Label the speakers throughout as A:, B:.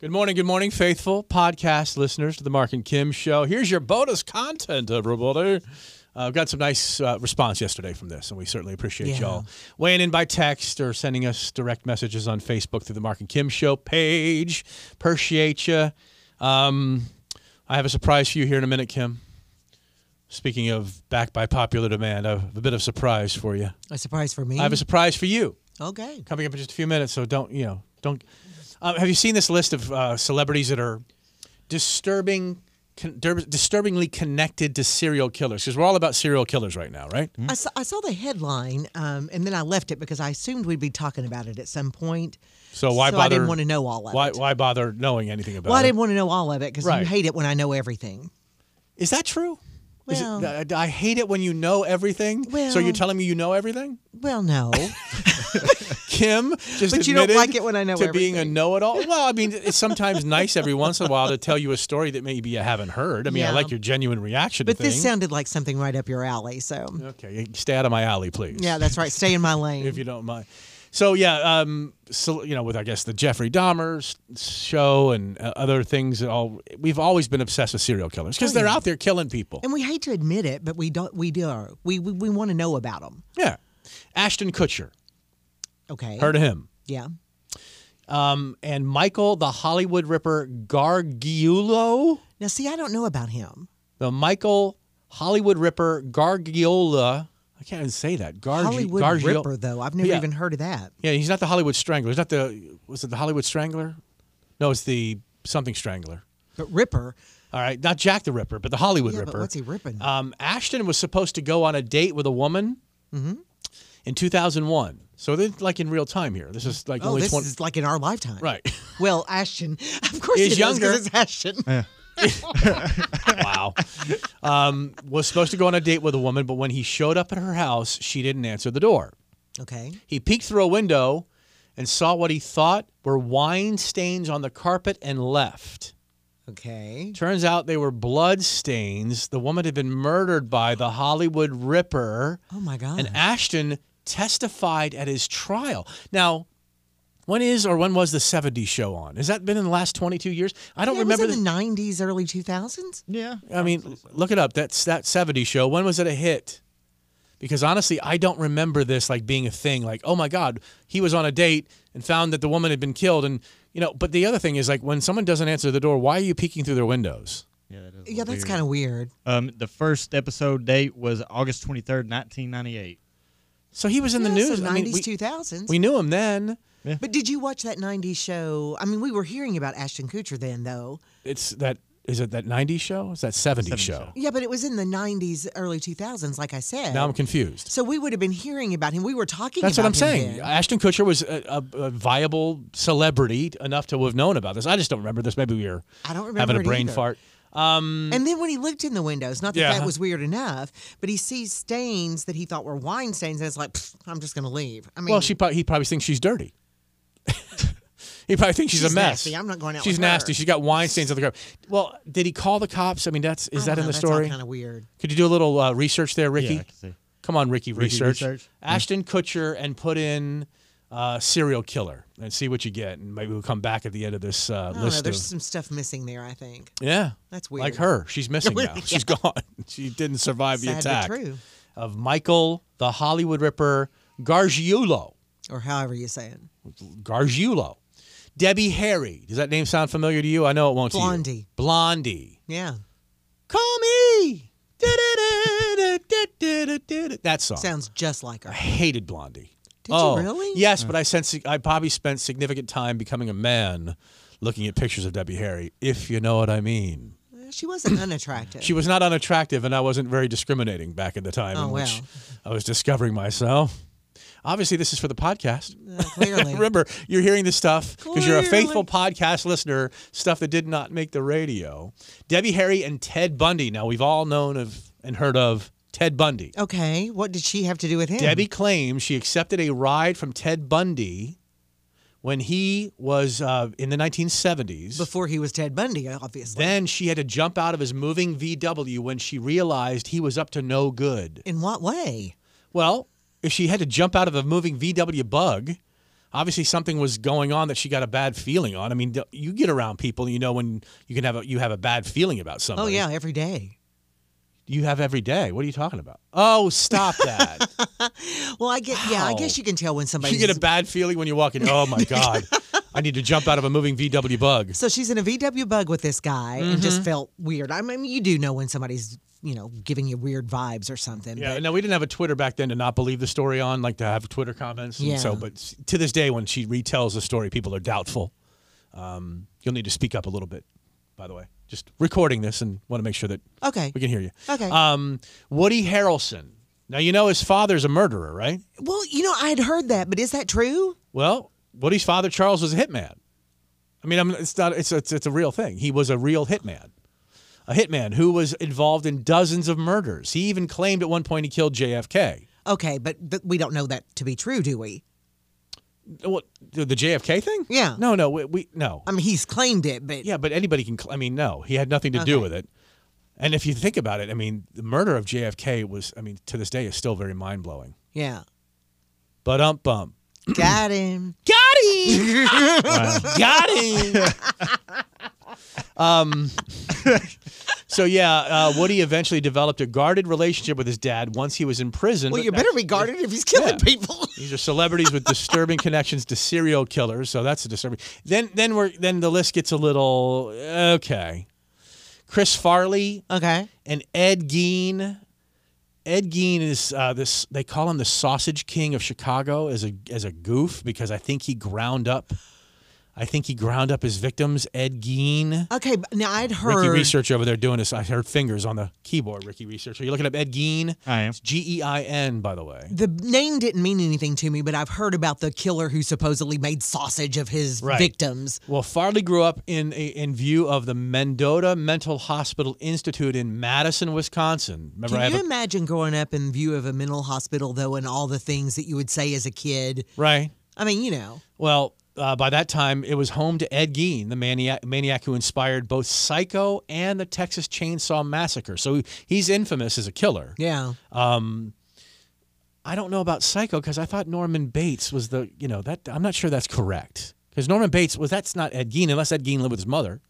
A: Good morning, good morning, faithful podcast listeners to the Mark and Kim show. Here's your bonus content, everybody. Uh, I've got some nice uh, response yesterday from this, and we certainly appreciate
B: Yeah.
A: y'all weighing in by text or sending us direct messages on Facebook through the Mark and Kim show page. Appreciate you. Um, I have a surprise for you here in a minute, Kim. Speaking of back by popular demand, I have a bit of surprise for you.
B: A surprise for me.
A: I have a surprise for you
B: okay.
A: coming up in just a few minutes. So don't you know? Don't. Um, have you seen this list of uh, celebrities that are disturbing, con- der- disturbingly connected to serial killers? Because we're all about serial killers right now, right?
B: I saw, I saw the headline, um, and then I left it because I assumed we'd be talking about it at some point.
A: So why
B: So
A: bother?
B: I didn't want to know all of
A: Why
B: it.
A: why bother knowing anything about
B: Well, I
A: it?
B: didn't want to know all of it because
A: Right.
B: you hate it when I know everything.
A: Is that true? Is it-
B: Well-
A: I- I hate it when you know everything. so you're
B: Well-
A: telling me you know everything,
B: Well, no.
A: Kim? Just
B: But you don't
A: admitted
B: like it when I know
A: to being a
B: everything.
A: know-it-all. Well, I mean, it's sometimes nice every once in a while to tell you a story that maybe you haven't heard. I mean, I
B: Yeah.
A: like your genuine reaction.
B: but
A: to things.
B: this sounded like something right up your alley. So,
A: Okay, stay out of my alley, please.
B: yeah, that's right. Stay in my lane.
A: if you don't mind. So yeah, um, so you know, with I guess the Jeffrey Dahmer s- show and uh, other things, that all we've always been obsessed with serial killers because they're out there killing people.
B: and we hate to admit it, but we don't. We do. We we, we want to know about them.
A: Yeah, Ashton Kutcher,
B: Okay.
A: heard of him,
B: Yeah.
A: um, and Michael the Hollywood Ripper Gargiulo,
B: Now, see, I don't know about him.
A: the Michael Hollywood Ripper Gargiola. I can't even say that. Gargi-
B: Hollywood
A: Gargio-
B: Ripper, though. I've never
A: Yeah.
B: even heard of that.
A: Yeah, he's not the Hollywood Strangler. He's not the was it the Hollywood Strangler? No, it's the something Strangler.
B: But Ripper.
A: All right, not Jack the Ripper, but the Hollywood
B: Yeah,
A: Ripper.
B: but what's he ripping?
A: Um, Ashton was supposed to go on a date with a woman
B: Mm-hmm.
A: in 2001. So they're like in real time here. This is like
B: Oh,
A: only
B: this
A: 20.
B: is like in our lifetime.
A: right.
B: Well, Ashton, of course,
A: Is
B: it is, 'cause
A: younger.
B: it's Ashton.
A: wow. Um, was supposed to go on a date with a woman, but when he showed up at her house, she didn't answer the door.
B: Okay.
A: He peeked through a window and saw what he thought were wine stains on the carpet and left.
B: Okay.
A: Turns out they were blood stains. The woman had been murdered by the Hollywood Ripper.
B: Oh my God.
A: and Ashton testified at his trial. Now, when is or when was the 70s show on? Has that been in the last 22 years? I don't
B: Yeah, it was
A: remember. the-
B: in the '90s, early 2000s.
C: Yeah.
A: I mean, look it up. That's that 70s show. When was it a hit? Because honestly, I don't remember this like being a thing. Like, oh my God, he was on a date and found that the woman had been killed. And, you know, but the other thing is like when someone doesn't answer the door, why are you peeking through their windows?
C: Yeah, that is
B: Yeah, that's kind of weird.
C: Um, the first episode date was August twenty third, nineteen ninety eight.
A: So he was in the
B: Yeah, so
A: news.
B: '90s,
A: I mean, we,
B: 2000s.
A: we knew him then.
B: but did you watch that '90s show? I mean, we were hearing about Ashton Kutcher then, though.
A: It's that, is it that 90s show? Is that 70s,
C: 70s
A: show?
C: show.
B: Yeah, but it was in the '90s, early 2000s, like I said.
A: Now I'm confused.
B: so we would have been hearing about him. We were talking.
A: That's what I'm
B: about him
A: saying.
B: then.
A: Ashton Kutcher was a, a, a viable celebrity enough to have known about this. I just don't remember this. Maybe we were
B: I don't remember
A: having a
B: it
A: brain
B: either.
A: fart.
B: And then when he looked in the windows, not that
A: Yeah.
B: that was weird enough, but he sees stains that he thought were wine stains, and it's like, "Pfft, I'm just going to leave. I mean,
A: Well, she prob- he probably thinks she's dirty. he probably thinks she's, a
B: She's
A: mess.
B: nasty. I'm not going out
A: She's
B: with her.
A: nasty. She's got wine stains on the carpet. Well, did he call the cops? I mean, that's is
B: I
A: that in
B: don't know,
A: the
B: that's
A: story?
B: Kind of weird.
A: Could you do a little uh, research there, Ricky?
C: Yeah, I can see.
A: Come on, Ricky, research.
C: research?
A: Ashton Kutcher and put in uh, serial killer and see what you get, and maybe we'll come back at the end of this uh,
B: I don't know.
A: list.
B: There's
A: of-
B: some stuff missing there. I think
A: Yeah.
B: That's
A: Like
B: weird.
A: her. She's missing now. She's gone. She didn't survive the
B: Sad but
A: attack
B: true.
A: of Michael the Hollywood Ripper Gargiulo.
B: or however you say it.
A: Gargiulo. Debbie Harry. Does that name sound familiar to you? I know it won't to you.
B: Blondie.
A: Blondie.
B: Yeah,
A: Call me. That song.
B: sounds just like
A: I
B: her.
A: hated Blondie. Oh,
B: Did you really? Oh.
A: Yes, but I sense I probably spent significant time becoming a man looking at pictures of Debbie Harry, if you know what I mean.
B: Eh, She wasn't unattractive. uh,
A: She was not unattractive, and I wasn't very discriminating back at the time in
B: Oh,
A: which
B: wow.
A: I was discovering myself. Obviously, this is for the podcast.
B: Uh, clearly.
A: Remember, you're hearing this stuff because you're a faithful
B: Clearly.
A: podcast listener, stuff that did not make the radio. Debbie Harry and Ted Bundy. Now, we've all known of and heard of Ted Bundy.
B: okay, what did she have to do with him?
A: Debbie claims she accepted a ride from Ted Bundy when he was uh, in the 1970s.
B: Before he was Ted Bundy, obviously.
A: Then she had to jump out of his moving VW when she realized he was up to no good.
B: In what way?
A: Well, if she had to jump out of a moving VW bug, obviously something was going on that she got a bad feeling on. I mean, d- you get around people, you know, when you can have a, you have a bad feeling about
B: Oh,
A: somebody.
B: yeah, every day.
A: you have every day. What are you talking about? Oh, stop that!
B: Well, I get, yeah, I
A: Wow.
B: guess you can tell when
A: you
B: somebody's.
A: get a bad feeling when you walk in. Oh my god, I need to jump out of a moving VW bug.
B: so she's in a VW bug with this guy and
A: Mm-hmm.
B: just felt weird. I mean, you do know when somebody's, you know, giving you weird vibes or something.
A: Yeah,
B: but-
A: no, we didn't have a Twitter back then to not believe the story on, like to have Twitter comments. And So,
B: Yeah.
A: but s- to this day, when she retells the story, people are doubtful. Um, you'll need to speak up a little bit, by the way. Just recording this and want to make sure that
B: okay.
A: we can hear you.
B: Okay.
A: Um, Woody Harrelson. Now, you know his father's a murderer, right?
B: Well, you know, I had heard that, but is that true?
A: Well, Woody's father, Charles, was a hitman. I mean, I'm, it's not. It's, it's it's a real thing. He was a real hitman, a hitman who was involved in dozens of murders. He even claimed at one point he killed JFK.
B: Okay, but th- we don't know that to be true, do we?
A: What the the JFK thing?
B: Yeah.
A: No, no, we, we no.
B: I mean, he's claimed it, but
A: yeah, but anybody can. cl- I mean, no, he had nothing to do
B: Okay.
A: with it. And if you think about it, I mean, the murder of JFK was, I mean, to this day is still very mind blowing.
B: yeah.
A: But um bump.
B: Got him.
A: Got him. Got him. um. So yeah, uh, Woody eventually developed a guarded relationship with his dad once he was in prison.
B: Well,
A: But
B: you
A: that's-
B: better be guarded if he's killing
A: Yeah.
B: people.
A: These are celebrities with disturbing connections to serial killers, so that's a disturbing. Then, then we're then the list gets a little okay. Chris Farley
B: Okay.
A: and Ed Gein. Ed Gein is uh, this. They call him the Sausage King of Chicago as a as a goof because I think he ground up. I think he ground up his victims. Ed Gein.
B: Okay. but Now I'd
A: Ricky
B: heard.
A: Research over there doing this. I heard fingers on the keyboard. Ricky Research. Are you looking up Ed Gein?
C: I am.
A: It's G E I N, by the way.
B: The name didn't mean anything to me, but I've heard about the killer who supposedly made sausage of his
A: Right.
B: victims.
A: Well, Farley grew up in a, in view of the Mendota Mental Hospital Institute in Madison, Wisconsin. Remember, I have
B: Can you
A: a,
B: imagine growing up in view of a mental hospital, though, and all the things that you would say as a kid?
A: right.
B: I mean, you know.
A: Well, uh, by that time, it was home to Ed Gein, the maniac, maniac who inspired both Psycho and the Texas Chainsaw Massacre. So he's infamous as a killer.
B: Yeah.
A: I don't know about Psycho because I thought Norman Bates was the you know that I'm not sure that's correct because Norman Bates was that's not Ed Gein unless Ed Gein lived with his mother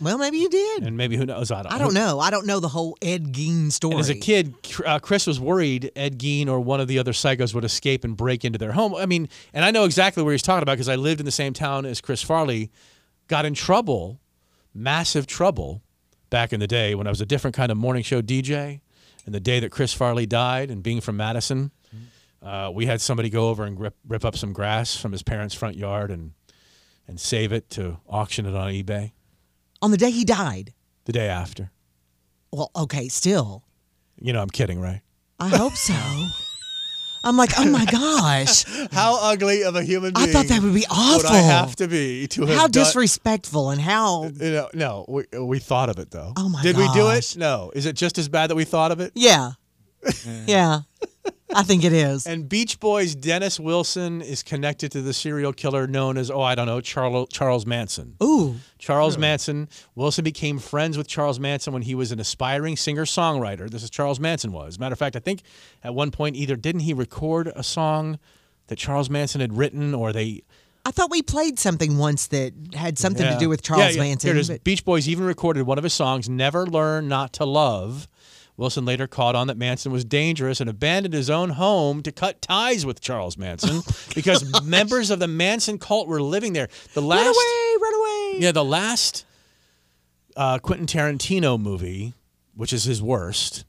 B: Well, maybe you did.
A: and maybe who knows I don't,
B: I don't know. I don't know the whole Ed Gein story.
A: And as a kid, Cr- uh, Chris was worried Ed Gein or one of the other psychos would escape and break into their home. I mean, and I know exactly where he's talking about because I lived in the same town as Chris Farley. Got in trouble, massive trouble, back in the day when I was a different kind of morning show DJ. And the day that Chris Farley died, and being from Madison,
B: Mm-hmm.
A: uh, we had somebody go over and rip, rip up some grass from his parents' front yard and and save it to auction it on eBay
B: On the day he died.
A: the day after.
B: Well, okay, still.
A: You know, I'm kidding, right?
B: I hope so. I'm like, oh my gosh.
A: How ugly of a human
B: I
A: being!
B: thought that would be
A: would I have
B: awful.
A: to be to have
B: How
A: done-
B: disrespectful and how.
A: You know, no, we, we thought of it though.
B: Oh, my
A: Did we do it?
B: gosh.
A: No. Is it just as bad that we thought of it?
B: Yeah. Yeah. I think it is.
A: And Beach Boys Dennis Wilson is connected to the serial killer known as oh I don't know Charles Charles Manson.
B: Ooh.
A: Charles Manson. Wilson became friends with Charles Manson when he was an aspiring singer songwriter. This is Charles Manson was. Matter of fact, I think at one point either didn't he record a song that Charles Manson had written or they
B: I thought we played something once that had something
A: Yeah.
B: to do with Charles
A: Yeah, yeah.
B: Manson.
A: Here it is.
B: but-
A: Beach Boys even recorded one of his songs, Never Learn Not to Love. Wilson later caught on that Manson was dangerous and abandoned his own home to cut ties with Charles
B: Oh
A: Manson because members of the Manson cult were living there. The last
B: run away, run away.
A: yeah, the last uh, Quentin Tarantino movie, which is his worst,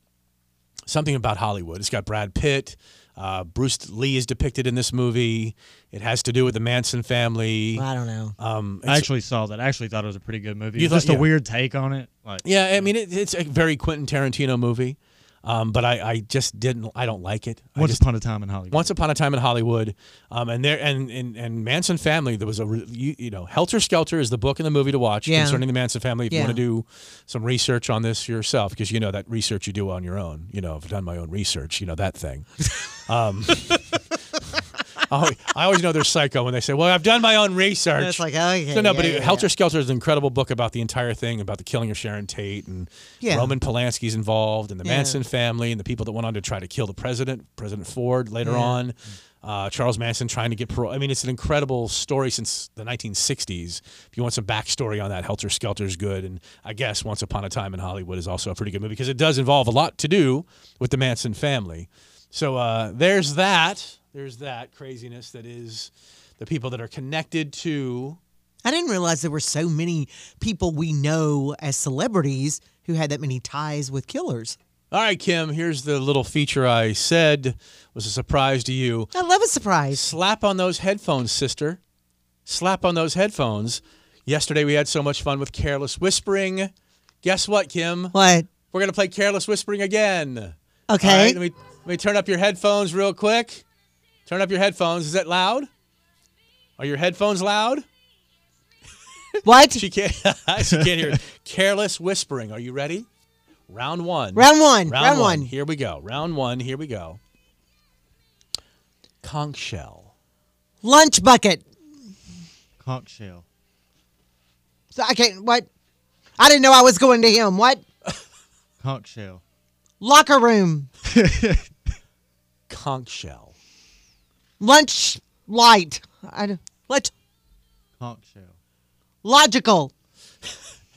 A: something about Hollywood. It's got Brad Pitt. Uh, Bruce Lee is depicted in this movie. It has to do with the Manson family.
B: I don't know.
A: Um,
C: I actually saw that. I actually thought it was a pretty good movie.
A: You
C: It was
A: thought-
C: just a
A: yeah.
C: weird take on it. Like,
A: Yeah, I mean it, it's a very Quentin Tarantino movie, um, but I, I just didn't. I don't like it. I
C: Once
A: just-
C: upon a time in Hollywood.
A: once upon a time in Hollywood, um, and there and, and and Manson family. There was a re- you, you know Helter Skelter is the book and the movie to watch
B: Yeah.
A: concerning the Manson family. If you
B: Yeah.
A: want to do some research on this yourself, because you know that research you do on your own. You know, I've done my own research. You know that thing. Um, I always- I always know they're psycho when they say, "Well, I've done my own research."
B: And it's like, okay.
A: So no,
B: yeah,
A: but
B: yeah,
A: it, Helter Skelter is an incredible book about the entire thing, about the killing of Sharon Tate and
B: Yeah.
A: Roman Polanski's involved and the
B: Yeah.
A: Manson family and the people that went on to try to kill the president, President Ford later on. uh, Charles Manson trying to get parole. I mean, it's an incredible story since the 1960s. If you want some backstory on that, Helter Skelter is good, and I guess Once Upon a Time in Hollywood is also a pretty good movie because it does involve a lot to do with the Manson family. So uh, there's that. There's that craziness that is the people that are connected to.
B: I didn't realize there were so many people we know as celebrities who had that many ties with killers.
A: All right, Kim, here's the little feature I said was a surprise to you.
B: I love a surprise.
A: Slap on those headphones, sister. Slap on those headphones. Yesterday we had so much fun with careless whispering. Guess what, Kim?
B: What?
A: We're gonna play careless whispering again. All
B: Okay.
A: right, let me let me turn up your headphones real quick. Turn up your headphones. Is that loud? Are your headphones loud?
B: what?
A: She can't. she can't hear. it. Careless whispering. Are you ready? Round one.
B: round one. Round, one.
A: Here we go. Round one. Here we go. Conch shell.
B: Lunch bucket.
C: Conch shell.
B: So I can't. What? I didn't know I was going to him. What?
C: Conch shell.
B: Locker room.
A: Conch shell.
B: Lunch light. I don't. What?
C: Conch shell.
B: Logical.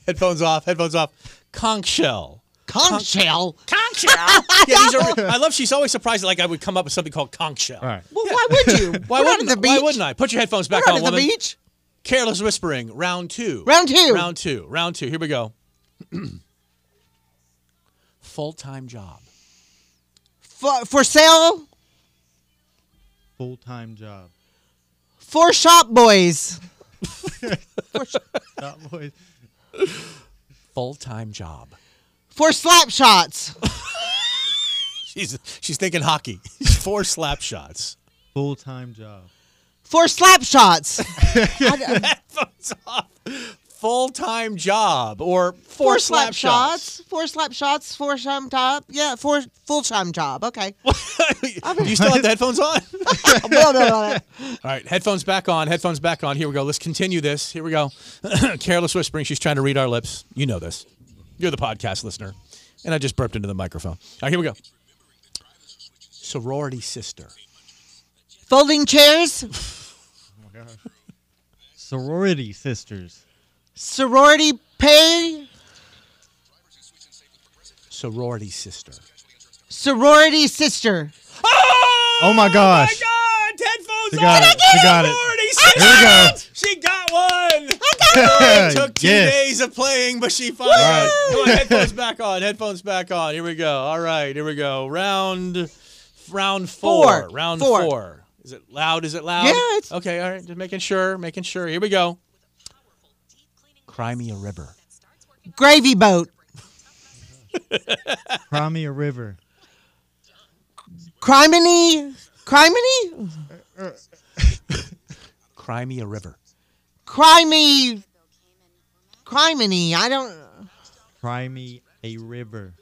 A: Headphones off. Headphones off. Conch shell.
B: Conch shell.
A: Conch shell. yeah, these are. I love. She's always surprised. Like I would come up with something called conch shell.
C: All right.
B: Well, why would you?
A: Why
B: We're not
A: wouldn't?
B: at the beach.
A: Why wouldn't I? Put your headphones back
B: We're
A: on,
B: not at the
A: woman.
B: beach.
A: Careless whispering. Round two.
B: Round two.
A: Round two. Round two. Here we go. Full time job.
B: For, for sale.
C: Full time job.
B: For shop boys.
C: Shop boys.
A: Full time job.
B: For slap shots.
A: She's she's thinking hockey. Four slap shots.
C: Full time job.
B: For slap shots.
A: Headphones off. Full time job or four,
B: Four slap shots. Four slap shots. Four sham job. Yeah, four full time job. Okay.
A: Do you still have the headphones on?
B: well done on it.
A: All right, headphones back on. Headphones back on. Here we go. Let's continue this. Here we go. Careless whispering. She's trying to read our lips. You know this. You're the podcast listener, and I just burped into the microphone. All right, here we go. Sorority sister.
B: Folding chairs.
C: Oh Sorority sisters.
B: Sorority pay.
A: Sorority sister.
B: Sorority sister.
A: Oh,
C: Oh my gosh.
A: my God! Headphones
C: She got
A: on.
C: it. She got it.
A: Sorority
C: Here we go.
A: sister. She got one. It took two
C: Yes.
A: days of playing, but she finally.
C: Right.
A: Come on, headphones back on. Headphones back on. Here we go. All right, here we go. Round, round four.
B: Four.
A: Round
B: Four.
A: Is it loud? Is it loud?
B: Yeah, it's-
A: Okay. All right. Just making sure. Making sure. Here we go. Cry me a river.
B: Gravy boat.
C: Cry me a river.
B: Criminy. Criminy?
A: Cry me a river.
B: Crimey. Criminy. I don't.
C: Cry me a river.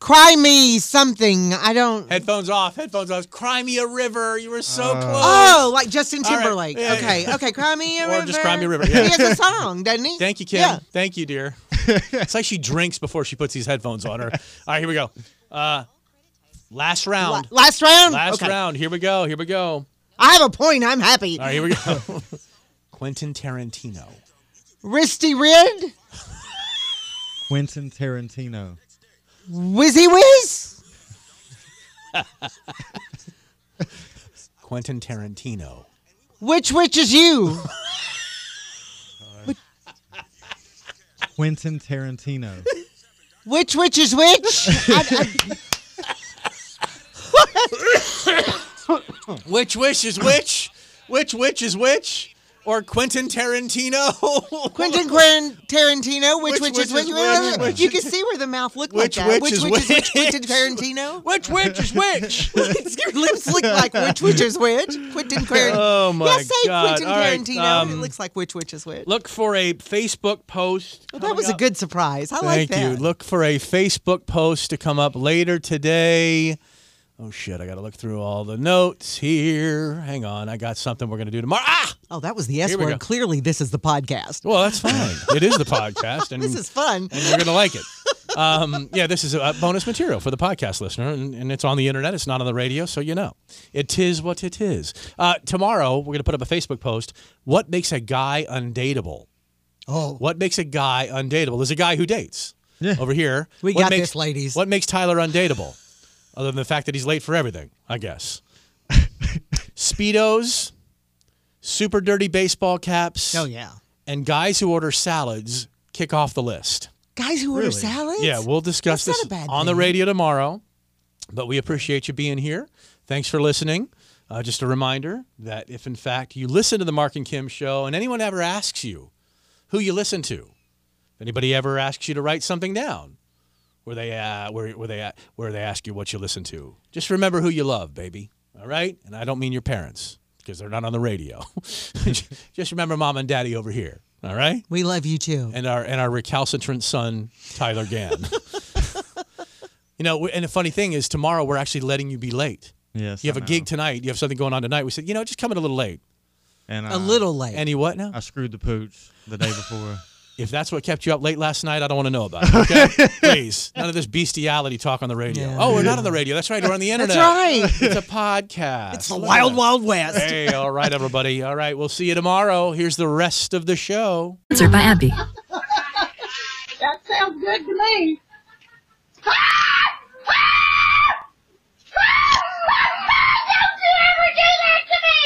B: Cry me something. I don't.
A: Headphones off. Headphones off. Cry me a river. You were so
C: Uh,
A: close.
B: Oh, like Justin
A: right.
B: Timberlake.
A: Yeah,
B: okay, okay. Cry me a
A: Or
B: river.
A: just Cry Me a River, yeah.
B: He has a song, doesn't he?
A: Thank you, Kim.
B: Yeah.
A: Thank you, dear. it's like she drinks before she puts these headphones on her. All right, here we go. Uh, last
B: La-
A: round.
B: last round.
A: Last
B: okay.
A: round. Here we go. Here we go.
B: I have a point. I'm happy.
A: All right, here we go. Quentin Tarantino.
B: Wristy Rid.
C: Quentin Tarantino.
B: Wizzy Wiz.
A: Quentin Tarantino.
B: Which witch is you?
C: Quentin Tarantino.
B: Which witch is which? I, I,
A: Which wish is which? which witch is which? Or Quentin Tarantino?
B: Quentin Quentin Tarantino. Which, witch, is which?
A: which, which
B: you can see where the mouth looked
A: Which
B: like
A: witch
B: that. which
A: is
B: witch is which?
A: which?
B: Quentin Tarantino.
A: which witch is which?
B: Your lips look like which witch is which? Quentin Tarantino.
A: Oh, my
B: yeah, say
A: God.
B: Quentin
A: All right,
B: Tarantino. it
A: um,
B: looks like which witch is which.
A: Look for a Facebook post.
B: Well, that was a good surprise. I like
A: Thank
B: that.
A: you. Look for a Facebook post to come up later today. Oh shit, I got to look through all the notes here. Hang on, I got something we're going to do tomorrow. Ah!
B: Oh, that was the S
A: Here we
B: word.
A: go.
B: Clearly, this is the podcast.
A: Well, that's fine. it is the podcast and
B: This is fun.
A: and you're going to like it. um, yeah, this is uh bonus material for the podcast listener, and, and it's on the internet. It's not on the radio, so you know. It is what it is. Uh, tomorrow, we're going to put up a Facebook post. What makes a guy undateable?
B: Oh,
A: What makes a guy undateable? There's a guy who dates
C: Yeah.
A: over here.
B: We
A: what
B: got
A: makes,
B: this, ladies.
A: What makes Tyler undateable? Other than the fact that he's late for everything, I guess. Speedos, super dirty baseball caps,
B: oh yeah.
A: and guys who order salads kick off the list.
B: Guys who order
C: Really?
B: salads.
A: Yeah, we'll discuss
B: that's
A: this
B: not a bad
A: on the
B: thing.
A: radio tomorrow. But we appreciate you being here. Thanks for listening. Uh, just a reminder that if, in fact, you listen to the Mark and Kim show and anyone ever asks you who you listen to, if anybody ever asks you to write something down where they, uh, where, where, they, uh, where they ask you what you listen to, just remember who you love, baby. All right? And I don't mean your parents because they're not on the radio. just remember mom and daddy over here. All right?
B: We love you too.
A: and our and our recalcitrant son Tyler Gann. you know, and the funny thing is, tomorrow we're actually letting you be late.
C: Yes.
A: You have
C: I
A: a
C: know.
A: gig tonight. You have something going on tonight. We said, you know, just come in a little late.
C: and
A: uh,
B: A
C: I-
B: little late.
A: And you what now?
C: I screwed the pooch the day before.
A: If that's what kept you up late last night, I don't want to know about it. Okay, please, none of this bestiality talk on the radio.
B: Yeah.
A: Oh, we're not on the radio. That's right. We're on the internet.
B: That's right.
A: It's a podcast.
B: It's the
A: Look at
B: wild,
A: that.
B: wild west.
A: Hey, all right, everybody. All right, we'll see you tomorrow. Here's the rest of the show.
D: Sponsored by Abby.
E: That sounds good to me. Don't you ever do that to me!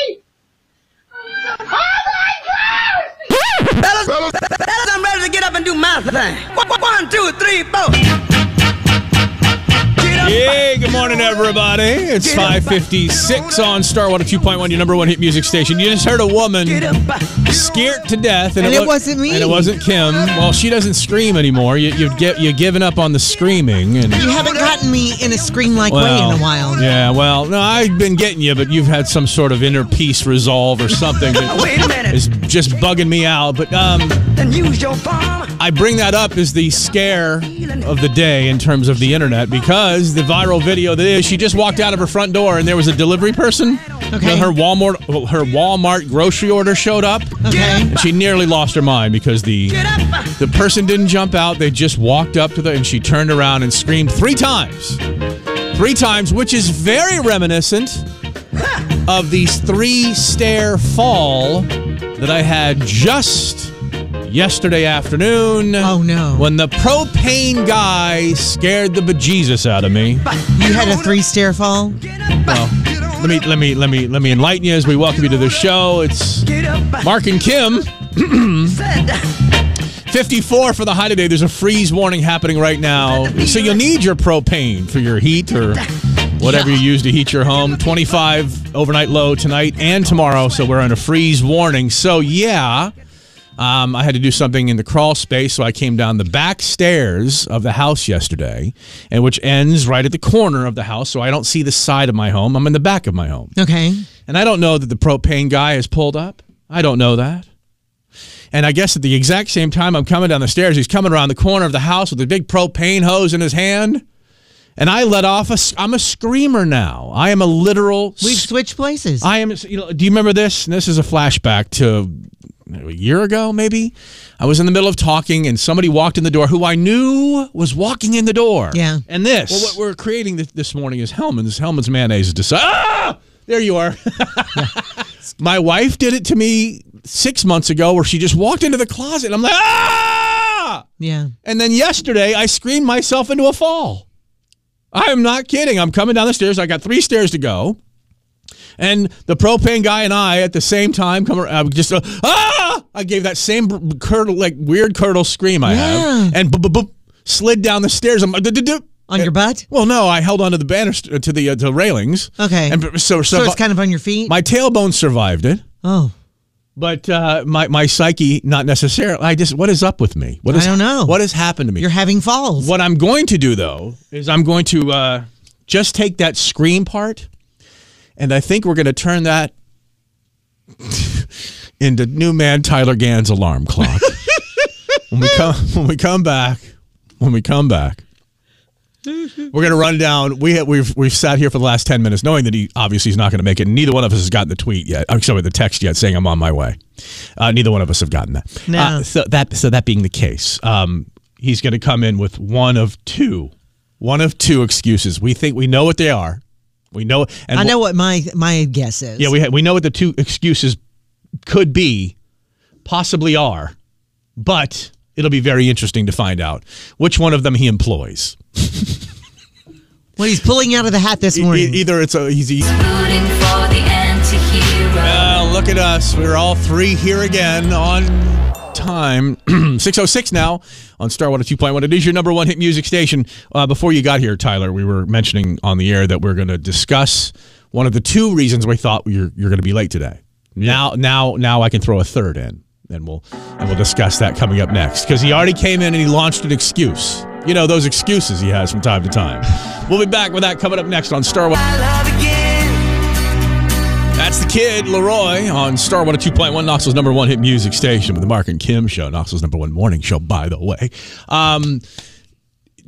E: Oh my gosh!
F: Fellas, fellas, I'm ready to get up and do my thing. One, one, two, three, four. Get up.
A: Hey, good morning, everybody. It's 556 on Star 102.1, your number one hit music station. You just heard a woman
F: Get up.
A: scared to death.
B: And it
A: look-
B: wasn't me.
A: And it wasn't Kim. Well, she doesn't scream anymore. You, you've, get, you've given up on the screaming. and
B: You haven't gotten me in a scream like way in a while.
A: Yeah, well, no, I've been getting you, but you've had some sort of inner peace resolve or something that
F: Wait a minute.
A: is just bugging me out. But um,
F: Then use your palm.
A: I bring that up as the scare of the day in terms of the internet because the viral video that is she just walked out of her front door and there was a delivery person.
B: Okay.
A: Her Walmart her Walmart grocery order showed up
B: Okay.
A: and she nearly lost her mind because the
F: Get up.
A: the person didn't jump out. They just walked up to the and she turned around and screamed three times. Three times, which is very reminiscent of the three stair fall that I had just yesterday afternoon.
B: Oh, no.
A: When the propane guy scared the bejesus out of me.
B: You had a three stair fall.
F: Get up. Get on
A: Let me
F: up.
A: let me let me let me enlighten you as we welcome you to the show. It's
F: Get up.
A: Mark and Kim.
F: Said,
A: 54 for the high today. There's a freeze warning happening right now. So you'll need your propane for your heat or whatever you use to heat your home. 25 overnight low tonight and tomorrow. So we're on a freeze warning. So, yeah. Um, I had to do something in the crawl space, so I came down the back stairs of the house yesterday, and which ends right at the corner of the house, so I don't see the side of my home. I'm in the back of my home.
B: Okay.
A: And I don't know that the propane guy has pulled up. I don't know that. And I guess at the exact same time I'm coming down the stairs, he's coming around the corner of the house with a big propane hose in his hand. And I let off a s- I'm a screamer now. I am a literal
B: We've
A: sc-
B: switched places.
A: I am you know, do you remember this? And this is a flashback to a year ago maybe. I was in the middle of talking and somebody walked in the door who I knew was walking in the door.
B: Yeah.
A: And this. Well, what we're creating th- this morning is Hellman's Hellman's mayonnaise is decided. Ah! There you are. My wife did it to me six months ago where she just walked into the closet and I'm like, ah!
B: yeah.
A: And then yesterday I screamed myself into a fall. I am not kidding. I'm coming down the stairs. I got three stairs to go. And the propane guy and I at the same time come ar- I was just, uh, ah! I gave that same br- curdle, like weird curdle scream I
B: Yeah.
A: have and boop, boop, boop, slid down the stairs. I'm like, "Duh, duh, duh."
B: On your butt.
A: Well, no, I held onto the banister to the uh, to railings.
B: Okay.
A: And b- so,
B: So
A: so,
B: it's kind of on your feet.
A: my tailbone survived it,
B: oh.
A: but uh, my my psyche not necessarily. I just what is up with me? What
B: I
A: is,
B: don't know.
A: What has happened to me?
B: You're having falls.
A: What I'm going to do though is I'm going to uh, just take that scream part, and I think we're going to turn that into new man Tyler Gann's alarm clock. when we come, when we come back, when we come back, we're going to run down. We have, we've we've sat here for the last ten minutes, knowing that he obviously is not going to make it. Neither one of us has gotten the tweet yet. I'm sorry, the text yet, saying I'm on my way. Uh, neither one of us have gotten that.
B: No.
A: Uh, so that so that being the case, um, he's going to come in with one of two, one of two excuses. We think we know what they are. We know, and
B: I
A: we'll-
B: know what my my guess is.
A: yeah, we ha- we know what the two excuses could be, possibly are, but it'll be very interesting to find out which one of them he employs.
B: what he's pulling out of the hat this morning.
A: E- either it's a he's e-
D: Rooting for the anti-hero.
A: Uh, look at us. We're all three here again on time. 606 now on Star 102.1. It is your number one hit music station. Uh, before you got here, Tyler, we were mentioning on the air that we're going to discuss one of the two reasons we thought you're, you're going to be late today. Now, now, now I can throw a third in and we'll, and we'll discuss that coming up next because he already came in and he launched an excuse. You know, those excuses he has from time to time. We'll be back with that coming up next on Star oh that's the kid, Leroy, on Star 102.1, Knoxville's number one hit music station with the Mark and Kim show, Knoxville's number one morning show, by the way. Um,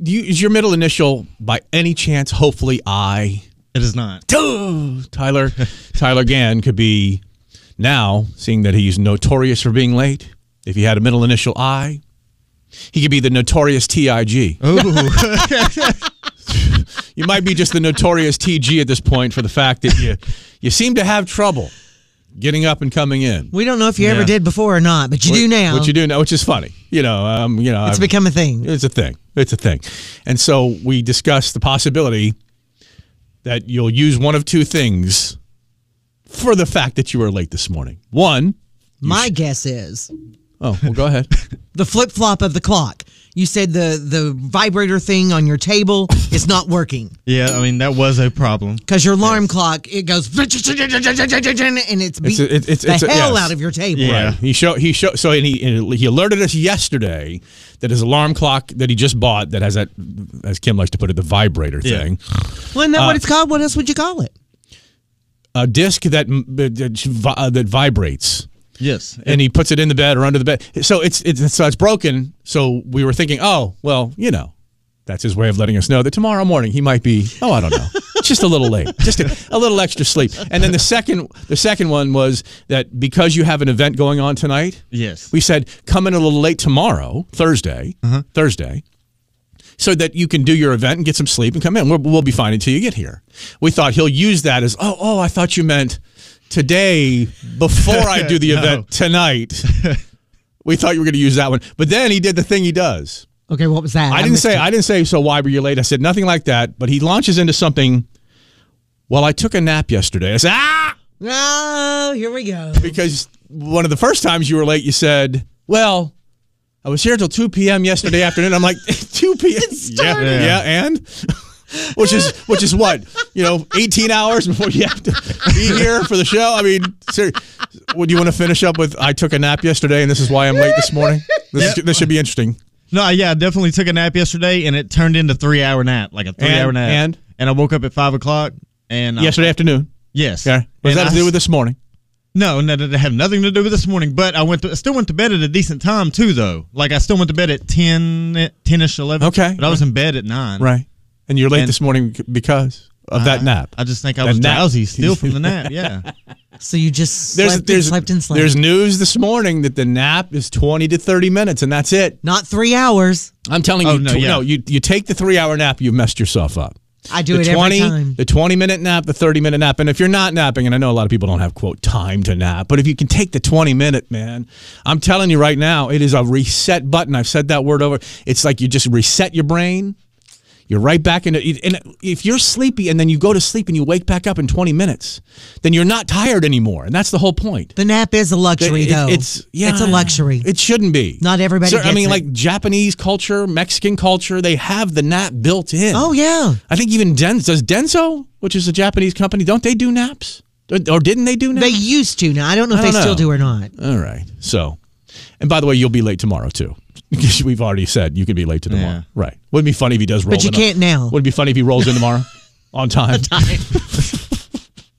A: do you, is your middle initial by any chance, hopefully, I?
C: It is not.
A: Duh! Tyler, Tyler Gann could be now, seeing that he's notorious for being late. If he had a middle initial I, he could be the notorious TIG.
C: Ooh.
A: You might be just the notorious TG at this point for the fact that you, you seem to have trouble getting up and coming in.
B: we don't know if you ever
C: Yeah.
B: did before or not, but you do now.
A: What you do now, which is funny. You know, um, you know,
B: It's
A: I've-
B: become a thing.
A: it's a thing. It's a thing. And so we discussed the possibility that you'll use one of two things for the fact that you were late this morning. One,
B: My guess is
A: oh, well, go ahead.
B: the flip flop of the clock. You said the the vibrator thing on your table is not working
C: yeah, I mean, that was a problem.
B: because your alarm clock it goes and it's beat
A: a- it's- it's-
B: the
A: it's a-
B: hell
A: yes.
B: out of your table.
C: Yeah.
A: Right. He show he show so and he and he alerted us yesterday that his alarm clock that he just bought that has that as Kim likes to put it the vibrator
C: Yeah.
A: thing.
B: Well, isn't that
A: Uh,
B: what it's called? What else would you call it?
A: A disc that that, vi- that vibrates.
C: Yes.
A: and he puts it in the bed or under the bed. So it's, it's so it's broken. So we were thinking, oh well, you know, that's his way of letting us know that tomorrow morning he might be. Oh, I don't know, just a little late, just a, a little extra sleep. And then the second the second one was that because you have an event going on tonight,
C: yes.
A: we said come in a little late tomorrow, Thursday, Thursday. So that you can do your event and get some sleep and come in. We'll, we'll be fine until you get here. We thought he'll use that as, oh, oh, I thought you meant today before I do the
C: No.
A: event tonight. we thought you were going to use that one, but then he did the thing he does.
B: Okay, what was that?
A: I didn't
B: missed
A: say
B: it.
A: I didn't say so. Why were you late? I said nothing like that. But he launches into something. Well, I took a nap yesterday. I said ah
B: Oh, here we go.
A: because one of the first times you were late, you said, "Well, I was here till two p.m. yesterday afternoon." I'm like, two p.m. Yeah,
C: started.
A: yeah, and which is which is what you know, eighteen hours before you have to be here for the show. I mean, seri- would you want to finish up with? I took a nap yesterday, and this is why I'm late this morning. This is, this should be interesting.
C: No, yeah, I definitely took a nap yesterday, and it turned into three hour nap, like a three hour nap.
A: and?
C: I woke up at five o'clock, and I-
A: Yesterday afternoon.
C: yes,
A: Yeah, what does
C: And
A: that have
C: I-
A: to do with this morning?
C: No, no, that had nothing to do with this morning. But I went, to, I still went to bed at a decent time too, though. Like I still went to bed at 10, 10 ish, eleven.
A: Okay.
C: but I was in bed at nine.
A: Right. And you're late
C: Mm. And-
A: this morning because of that nap.
C: I just think I
A: That
C: was
A: nap.
C: drowsy still from the nap. Yeah,
B: So you just
A: There's
B: slept
A: there's
B: and slept and slept.
A: there's news this morning that the nap is 20 to 30 minutes and that's it.
B: not three hours.
A: I'm telling
C: Oh,
A: you
C: no,
A: tw-
C: yeah.
A: no you you take the 3 hour nap you messed yourself up.
B: I do
A: the
B: it every time.
A: the 20 minute nap, the 30 minute nap. And if you're not napping, and I know a lot of people don't have quote time to nap, but if you can take the 20 minute, man, I'm telling you right now, it is a reset button. I've said that word over. It's like you just reset your brain. You're right back into it. And if you're sleepy and then you go to sleep and you wake back up in 20 minutes, then you're not tired anymore. And that's the whole point.
B: The nap is a luxury,
A: It- it-
B: though.
A: It's yeah,
B: it's a luxury.
A: It shouldn't be.
B: Not everybody
A: I
B: gets
A: mean,
B: it.
A: like Japanese culture, Mexican culture, they have the nap built in.
B: oh yeah,
A: I think even Denso does Denso, which is a Japanese company, don't they do naps? Or, or didn't they do naps?
B: they used to. Now I don't know if
A: I don't
B: they still
A: know.
B: do or not.
A: All right. So, and by the way, you'll be late tomorrow too. Because We've already said you can be late to tomorrow.
C: Yeah.
A: Right. Wouldn't it be funny if he does roll
B: But you
A: in
B: can't now.
A: Wouldn't it be funny if he rolls in tomorrow on time?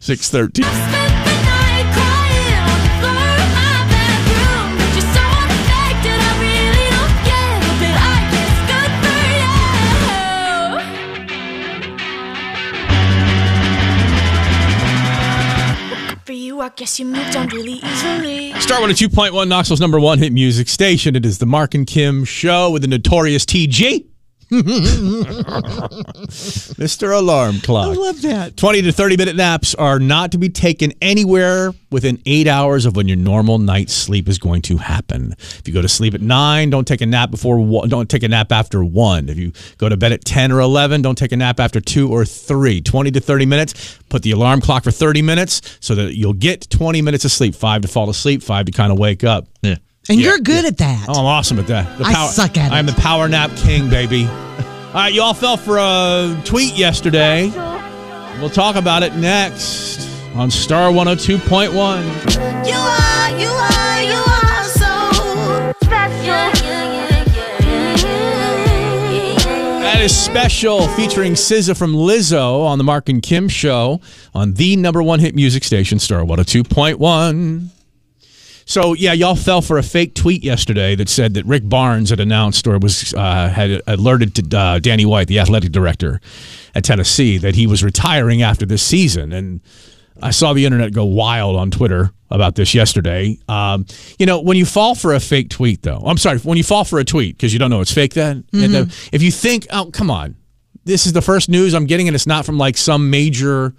A: Six thirteen.
D: Spent the night crying on the floor of my bedroom. But you're so unaffected, I really don't give a bit. I guess good for you.
G: for you, I
D: guess you moved on really easily.
A: Star one at two point one Knoxville's number one hit music station. It is the Mark and Kim show with the notorious TG, Mister Alarm Clock.
B: that.
A: 20 to 30 minute naps are not to be taken anywhere within eight hours of when your normal night's sleep is going to happen. If you go to sleep at nine, don't take a nap before one, don't take a nap after one. If you go to bed at 10 or 11, don't take a nap after two or three. 20 to 30 minutes, put the alarm clock for 30 minutes so that you'll get 20 minutes of sleep, five to fall asleep, five to kind of wake up.
C: Yeah.
B: And
A: Yeah,
B: you're good at that.
A: Oh, I'm awesome at that. The
B: I suck at
A: I'm
B: it.
A: the power nap king, baby. All right, y'all fell for a tweet yesterday. We'll talk about it next on Star 102.1.
D: You are, you are, you are so special.
A: That is special, featuring SZA from Lizzo on the Mark and Kim show on the number one hit music station, Star 102.1. So yeah, y'all fell for a fake tweet yesterday that said that Rick Barnes had announced or was uh, had alerted to uh, Danny White, the athletic director at Tennessee, that he was retiring after this season. And I saw the internet go wild on Twitter about this yesterday. Um, you know, when you fall for a fake tweet, though, I'm sorry, when you fall for a tweet because you don't know it's fake, then and then if you think, oh come on, this is the first news I'm getting, and it's not from like some major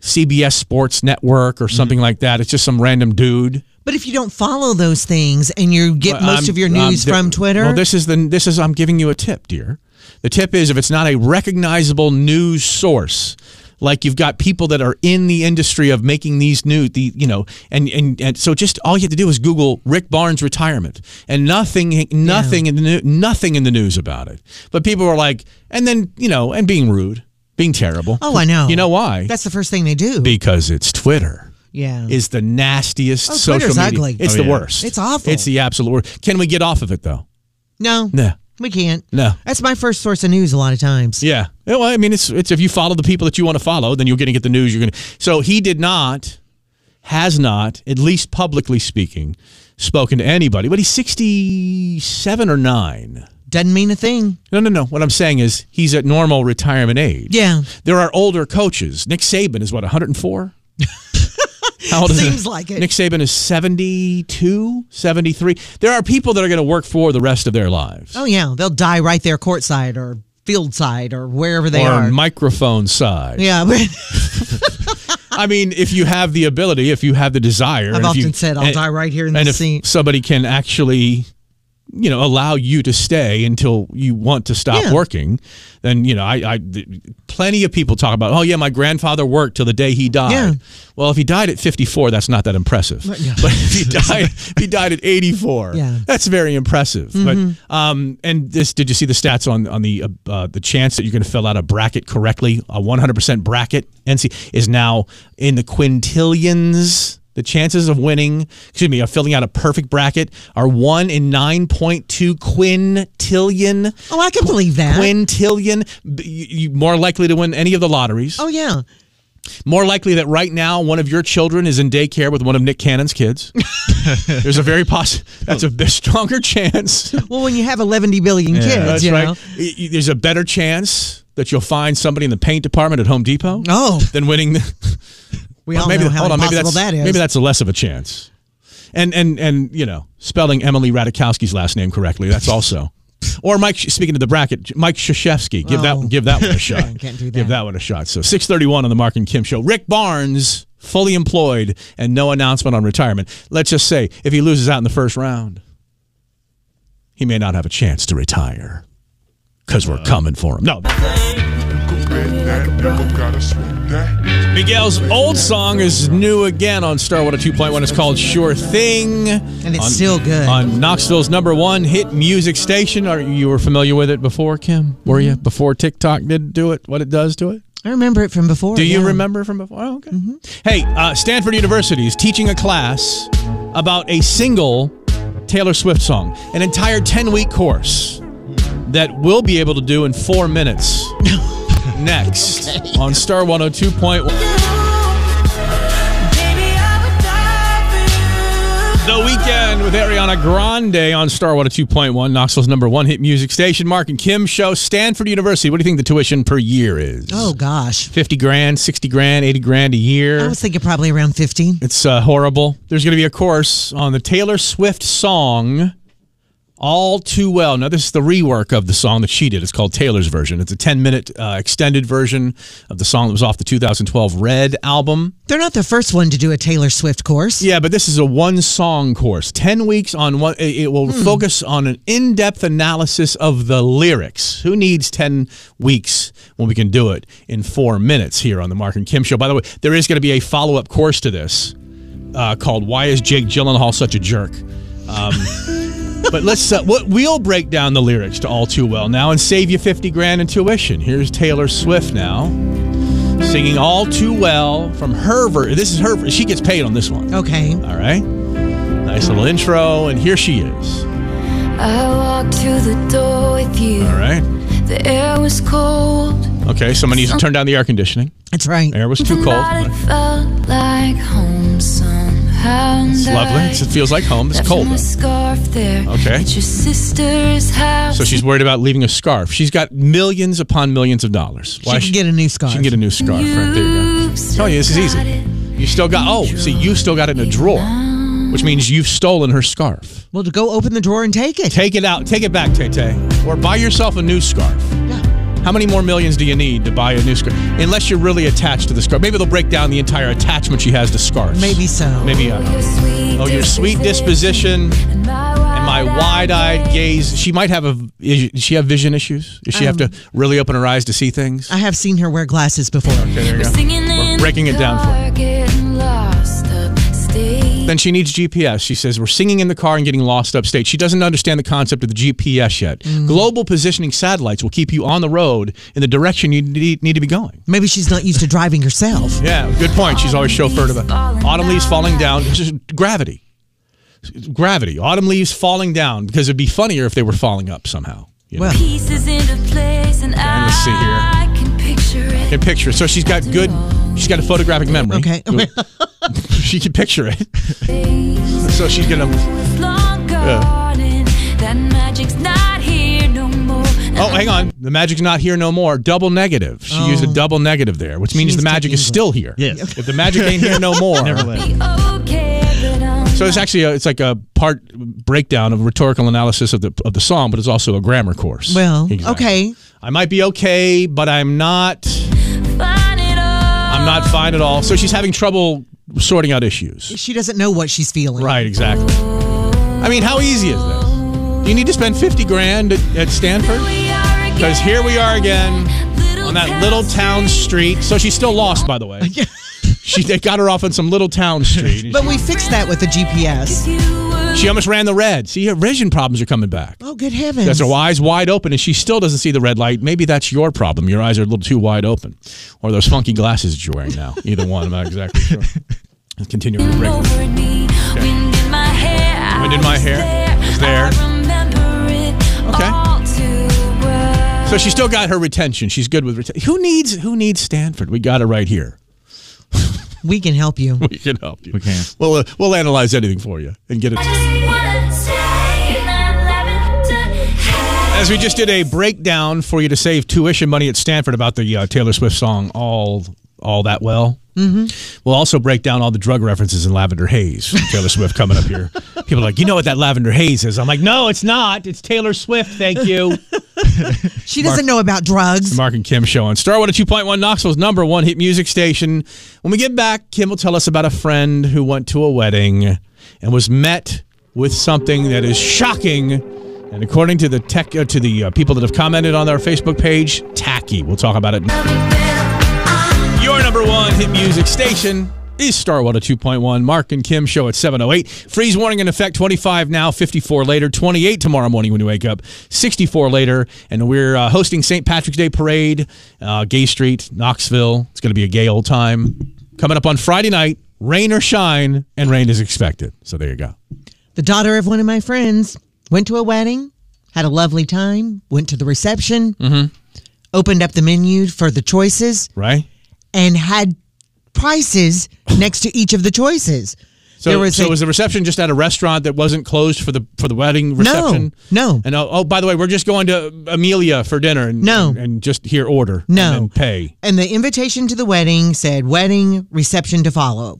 A: CBS Sports Network or something like that. It's just some random dude.
B: But if you don't follow those things and you get
A: Well,
B: most
A: I'm-
B: of your
A: I'm
B: news
A: di-
B: from Twitter,
A: Well, this is the this is I'm giving you a tip, dear. The tip is if it's not a recognizable news source, like you've got people that are in the industry of making these new, the you know, and and and so just all you have to do is Google Rick Barnes retirement, and nothing nothing in the new, nothing in the news about it. But people are like, and then you know, and being rude, being terrible.
B: oh, I know.
A: You know why?
B: That's the first thing they do.
A: because it's Twitter
B: yeah.
A: is the nastiest
B: Oh,
A: social
B: Twitter's
A: media.
B: ugly.
A: It's
C: Oh,
A: the
C: yeah.
A: worst.
B: It's awful.
A: It's the absolute worst. Can we get off of it though?
B: no.
A: No.
B: We can't.
A: No.
B: That's my first source of news a lot of times.
A: Yeah. Well, I mean, it's it's if you follow the people that you want to follow, then you're going to get the news. You're going to. So he did not, has not, at least publicly speaking, spoken to anybody. But he's 67 or nine.
B: Doesn't mean a thing.
A: No, no, no. What I'm saying is he's at normal retirement age.
B: Yeah.
A: There are older coaches. Nick Saban is what 104. How old
B: Seems like it.
A: Nick Saban is 72, 73. There are people that are going to work for the rest of their lives.
B: Oh, yeah. They'll die right there courtside or field side or wherever they
A: or
B: are.
A: microphone side.
B: yeah. but-
A: I mean, if you have the ability, if you have the desire.
B: I've
A: and if you-
B: often said, I'll
A: and-
B: die right here in
A: and if
B: this seat.
A: somebody can actually, you know, allow you to stay until you want to stop
B: Yeah.
A: working, then you know, I, I th- plenty of people talk about, oh yeah, my grandfather worked till the day he died.
B: Yeah.
A: Well, if he died at 54, that's not that impressive. But, if he died, if he died at 84,
B: Yeah. Mm-hmm.
A: that's very impressive. But um, and this, did you see the stats on on the uh, uh, the chance that you're going to fill out a bracket correctly? A 100% bracket NC is now in the quintillions. The chances of winning, excuse me, of filling out a perfect bracket are one in 9.2 quintillion.
B: Oh, I can believe that.
A: Quintillion. B- You, you more likely to win any of the lotteries.
B: Oh, yeah.
A: More likely that right now one of your children is in daycare with one of Nick Cannon's kids. There's a very poss. That's a bit stronger chance.
B: Well, when you have 11 billion kids,
A: That's
B: you
A: right.
B: know.
A: Y- y- There's a better chance that you'll find somebody in the paint department at Home Depot
B: Oh.
A: than winning. The,
B: We all know how
A: hold on, maybe
B: impossible
A: that's
B: that is.
A: maybe that's a less of a chance. And and and you know, spelling Emily Radikowski's last name correctly. That's also. Or Mike, speaking to the bracket, Mike Shashevsky. Give
B: Oh.
A: that give that one a shot.
B: Can't do
A: Give
B: that.
A: that one a shot. So six thirty one on the Mark and Kim show. Rick Barnes fully employed and no announcement on retirement. Let's just say if he loses out in the first round, he may not have a chance to retire because we're coming for him. No. Miguel's old song is new again on Star oh Water 2.1. It's called Sure Thing. And
B: it's still good.
A: On Knoxville's number one hit music station. Are You were familiar with it before, Kim? Were
B: Mm-hmm.
A: you? Before TikTok did do it, what it does to it?
B: I remember it from before.
A: Do you
B: Oh, yeah. Mm-hmm.
A: remember from before? Oh, okay. Hey, uh, Stanford University is teaching a class about a single Taylor Swift song, an entire 10 week course that we'll be able to do in four minutes next on Star 102.1. The weekend with Ariana Grande on Star 102.1, Knoxville's number one hit music station. Mark and Kim show, Stanford University. What do you think the tuition per year is?
B: Oh gosh,
A: 50 grand, 60 grand, 80 grand a year.
B: I was thinking probably around fifteen.
A: It's uh, horrible. There's going to be a course on the Taylor Swift song All Too Well. Now, this is the rework of the song that she did. It's called Taylor's version. It's a 10 minute uh, extended version of the song that was off the 2012 Red album.
B: They're not the first one to do a Taylor Swift course.
A: Yeah, but this is a one song course. 10 weeks on one. It it will focus on an in depth analysis of the lyrics. Who needs 10 weeks when we can do it in four minutes here on the Mark and Kim show? By the way, there is going to be a follow up course to this uh, called Why is Jake Gyllenhaal Such a Jerk? Um, but let's, uh, what, we'll break down the lyrics to All Too Well now and save you 50 grand in tuition. Here's Taylor Swift now. Singing all too well from her ver- This is her. ver- She gets paid on this one.
B: Okay.
A: All right. Nice little intro, and here she is.
D: I walked to the door with you.
A: All right.
D: The air was cold,
A: Okay, someone needs to turn down the air conditioning.
B: That's right.
A: Air was too
D: but
A: cold.
D: it felt like home somehow. and
A: It's lovely.
D: I
A: It's- It feels like home. It's
D: left
A: cold.
D: my
A: Though.
D: scarf there.
A: Okay.
D: At your sister's house.
A: So she's worried about leaving a scarf. She's got millions upon millions of dollars.
B: She can get a new scarf.
A: she can get a new scarf. Right there you go.
D: You've
A: Tell you this is
D: still
A: easy.
D: got it.
A: You still got. Oh, see, you still got it in a drawer, which means you've stolen her scarf.
B: well, to go open the drawer and take it.
A: Take it out. Take it back, Tay Tay, or buy yourself a new scarf.
B: Yeah.
A: How many more millions do you need to buy a new scarf? Unless you're really attached to the scarf. Maybe they'll break down the entire attachment she has to scarves.
B: Maybe so.
A: Maybe. Uh,
D: Your sweet
A: oh, your sweet disposition
D: and my
A: and my wide-eyed gaze. She might have a. Is, does she have vision issues? Does she have to really open her eyes to see things?
B: I have seen her wear glasses before.
A: Okay, there you go.
D: Singing
A: We're
D: in
A: breaking
D: the
A: it down for. her.
D: dark, getting lost upstate.
A: Then she needs GPS. She says, We're singing in the car and getting lost upstate. She doesn't understand the concept of the GPS yet. Global positioning satellites will keep you on the road in the direction you need, need to be going.
B: Maybe she's not used to driving herself.
A: Yeah, good point. She's always chauffeured about autumn leaves falling down. It's just gravity. Gravity. Autumn leaves falling down because it'd be funnier if they were falling up somehow. You know?
B: Well,
D: pieces into place and I
A: let's see here.
D: can picture it.
A: can picture it. So she's got good. She's got a photographic memory.
B: Okay.
A: Good. she can picture it. so she's gonna.
D: It's long gone and that magic's not here no more.
A: Oh, hang on. The magic's not here no more. Double negative. She used
B: Oh.
A: a double negative there, which means the
B: needs to
A: magic
B: be
A: is
B: English.
A: still here.
C: Yes.
A: If the magic ain't here no more.
C: Never left.
D: Okay, but I'm
A: So it's actually a, it's like a part breakdown of rhetorical analysis of the of the song, but it's also a grammar course.
B: well,
A: Exactly.
B: okay.
A: I might be okay, but I'm not.
D: fine at all.
A: I'm not fine at all. So she's having trouble sorting out issues.
B: She doesn't know what she's feeling.
A: Right, exactly. I mean, how easy is this? Do you need to spend 50 grand at, at Stanford? Because here we are again on that little town street. So she's still lost, by the way. She they got her off on some little town street. and
B: But we fixed that with the GPS.
A: she, she almost ran the red. See, her vision problems are coming back.
B: Oh, good heavens.
A: That's her eyes wide open, and she still doesn't see the red light. Maybe that's your problem. Your eyes are a little too wide open, or those funky glasses that you're wearing now. Either one, I'm not exactly sure. Let's continue with the break.
D: Over me, wind in my hair.
A: Wind in my hair. I was there.
D: I remember it
A: Okay.
D: all too well.
A: So she still got her retention. She's good with retention. Who needs Who needs Stanford? We got it right here.
B: We can help you.
A: We can help you.
C: We can.
A: We'll uh, we'll analyze anything for you and get it.
D: I just wanna take that lavender hair.
A: As we just did a breakdown for you to save tuition money at Stanford about the uh, Taylor Swift song "All All That Well." Mm-hmm. We'll also break down all the drug references in Lavender Haze. from Taylor Swift coming up here. People are like, you know what that Lavender Haze is? I'm like, no, it's not. It's Taylor Swift. Thank you.
B: She doesn't know about drugs.
A: The Mark and Kim show on Star 102.1, Knoxville's number one hit music station. When we get back, Kim will tell us about a friend who went to a wedding and was met with something that is shocking. And according to the tech, uh, to the uh, people that have commented on our Facebook page, tacky. We'll talk about it. Your number one hit music station is Star 102.1. Mark and Kim show at 708. Freeze warning in effect 25 now, 54 later, 28 tomorrow morning when you wake up, 64 later. And we're uh, hosting St. Patrick's Day Parade, uh, Gay Street, Knoxville. It's going to be a gay old time. Coming up on Friday night, rain or shine, and rain is expected. So there you go.
B: The daughter of one of my friends went to a wedding, had a lovely time, went to the reception,
A: Mm-hmm.
B: opened up the menu for the choices,
A: Right?
B: and had prices next to each of the choices.
A: So,
B: there was
A: so
B: a,
A: was the reception just at a restaurant that wasn't closed for the for the wedding reception?
B: no.
A: And oh, oh, by the way, we're just going to Amelia for dinner and
B: No.
A: and, and just here order
B: No.
A: and, then pay.
B: and the invitation to the wedding said wedding reception to follow.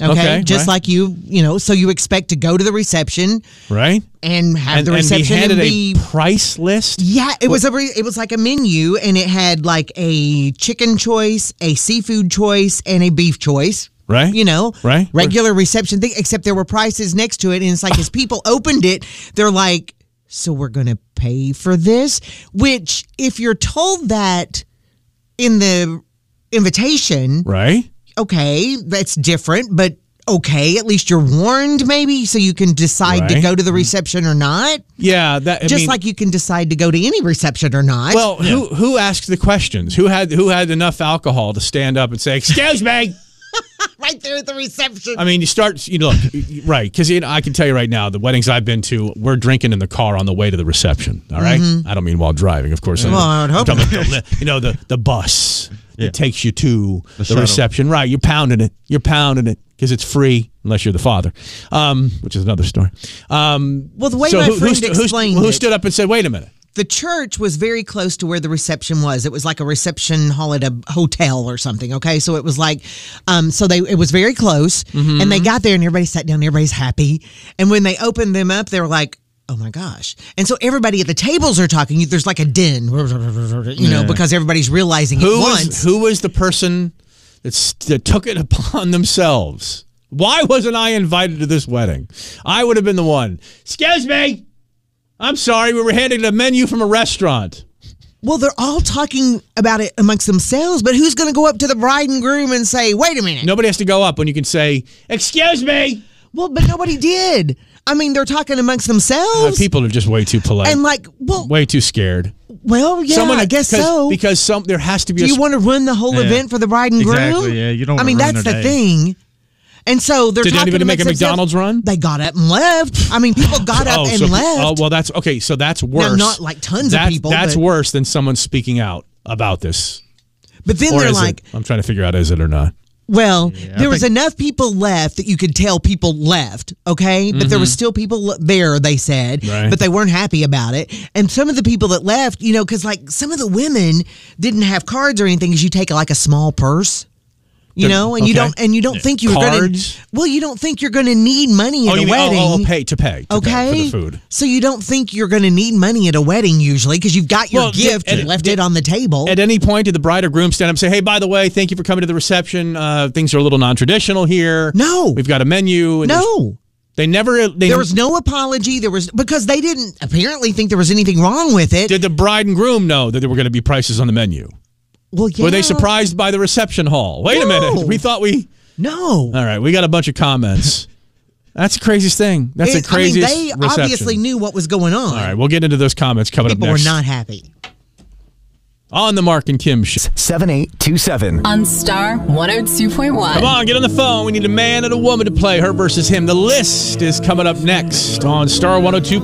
B: Okay,
A: Okay,
B: just
A: right.
B: like you, you know, so you expect to go to the reception
A: Right?
B: and have
A: And,
B: the
A: and be
B: reception
A: handed
B: and be
A: a price list.
B: Yeah, it was a re- it was like a menu, and it had like a chicken choice, a seafood choice, and a beef choice.
A: Right.
B: You know,
A: Right.
B: Regular reception thing, except there were prices next to it, and it's like as people opened it, they're like, "So we're gonna pay for this?" Which, if you're told that in the invitation,
A: Right?
B: okay, that's different, but okay, at least you're warned, maybe, so you can decide to
A: Right. Mm-hmm.
B: go to the reception or not
A: Yeah, that I
B: just
A: mean,
B: like you can decide to go to any reception or not.
A: Well, who who asked the questions? Who had who had enough alcohol to stand up and say, "Excuse me"?
B: right there at the reception.
A: I mean, you start, you know, look, right? Because you know, I can tell you right now, the weddings I've been to, we're drinking in the car on the way to the reception. All right? I don't mean while driving, of course.
B: Mm-hmm. Well, I would hope
A: I'm talking about the, you know the the bus
C: Yeah.
A: that takes you to the,
C: shuttle.
A: reception. Right? You're pounding it. You're pounding it because it's free, unless you're the father, um, which is another story. Um,
B: Well, the way
A: so
B: my
A: who, who,
B: friend
A: stu- who,
B: explained
A: who
B: it,
A: stood up and said, "Wait a minute"?
B: the church was very close to where the reception was. It was like a reception hall at a hotel or something. Okay, so it was like, um, so they it was very close, and
A: Mm-hmm.
B: they got there and everybody sat down. and Everybody's happy, and when they opened them up, they were like. Oh my gosh. And so everybody at the tables are talking. You- There's like a din, you know, because everybody's realizing
A: Who
B: it once.
A: was who was the person that, s- that took it upon themselves? Why wasn't I invited to this wedding? I would have been the one. Excuse me. I'm sorry. We were handed a menu from a restaurant.
B: Well, they're all talking about it amongst themselves, but who's going to go up to the bride and groom and say, wait a minute?
A: Nobody has to go up when you can say, "Excuse me."
B: Well, but nobody did. I mean, they're talking amongst
A: Uh,
B: themselves.
A: people are just way too polite.
B: and like, well,
A: way too scared.
B: well, yeah, I guess
A: because,
B: so.
A: Because some there has to be.
B: Do
A: a
B: you
A: s-
B: want to ruin the whole
C: Yeah.
B: event for the bride and groom?
C: Exactly, yeah, you don't
B: I
C: wanna
B: mean,
C: ruin
B: that's the
C: their
B: thing. And so they're
A: Did
B: talking
A: anybody make a
B: amongst themselves.
A: McDonald's run?
B: They got up and left. I mean, people got up and
A: so-
B: left.
A: Oh, well, that's okay. So that's worse.
B: not like tons of
A: That's-
B: people,
A: That's
B: but-
A: worse than someone speaking out about this.
B: but then
A: or
B: they're
A: is
B: like,
A: it? I'm trying to figure out is it or not.
B: Well,
A: Mm,
B: there was
C: think-
B: enough people left that you could tell people left, okay? But there was still people le- there, they said,
A: Mm-hmm. Right.
B: but they weren't happy about it. And some of the people that left, you know, because like some of the women didn't have cards or anything, because you take like a small purse. You
A: The-
B: know, and you
A: okay.
B: don't, and you don't think you're
A: Cards?
B: gonna. Well, you don't think you're gonna need money at
A: oh,
B: a
A: you mean,
B: wedding.
A: oh, oh, pay to pay. to pay
B: okay,
A: for the food.
B: so you don't think you're gonna need money at a wedding usually because you've got your
A: Well, yeah,
B: gift
A: and-
B: and left it on the table.
A: At any point, did the bride or groom stand up and say, "Hey, by the way, thank you for coming to the reception. Uh, things are a little non-traditional here.
B: No.
A: we've got a menu. and there's-
B: no,
A: they never. They
B: There was no apology. There was because they didn't apparently think there was anything wrong with it.
A: Did the bride and groom know that there were going to be prices on the menu?
B: well, yeah.
A: Were they surprised by the reception hall? Wait a
B: No.
A: minute. We thought we.
B: No.
A: All right, we got a bunch of comments. That's the craziest thing. That's
B: It-
A: the craziest.
B: I mean, they
A: reception.
B: obviously knew what was going on.
A: All right, we'll get into those comments coming
B: People
A: up
B: were
A: next
B: not happy.
A: on the Mark and Kim show.
G: 7827.
H: on Star 102.1.
A: Come on, get on the phone. We need a man and a woman to play her versus him. The list is coming up next on Star 102.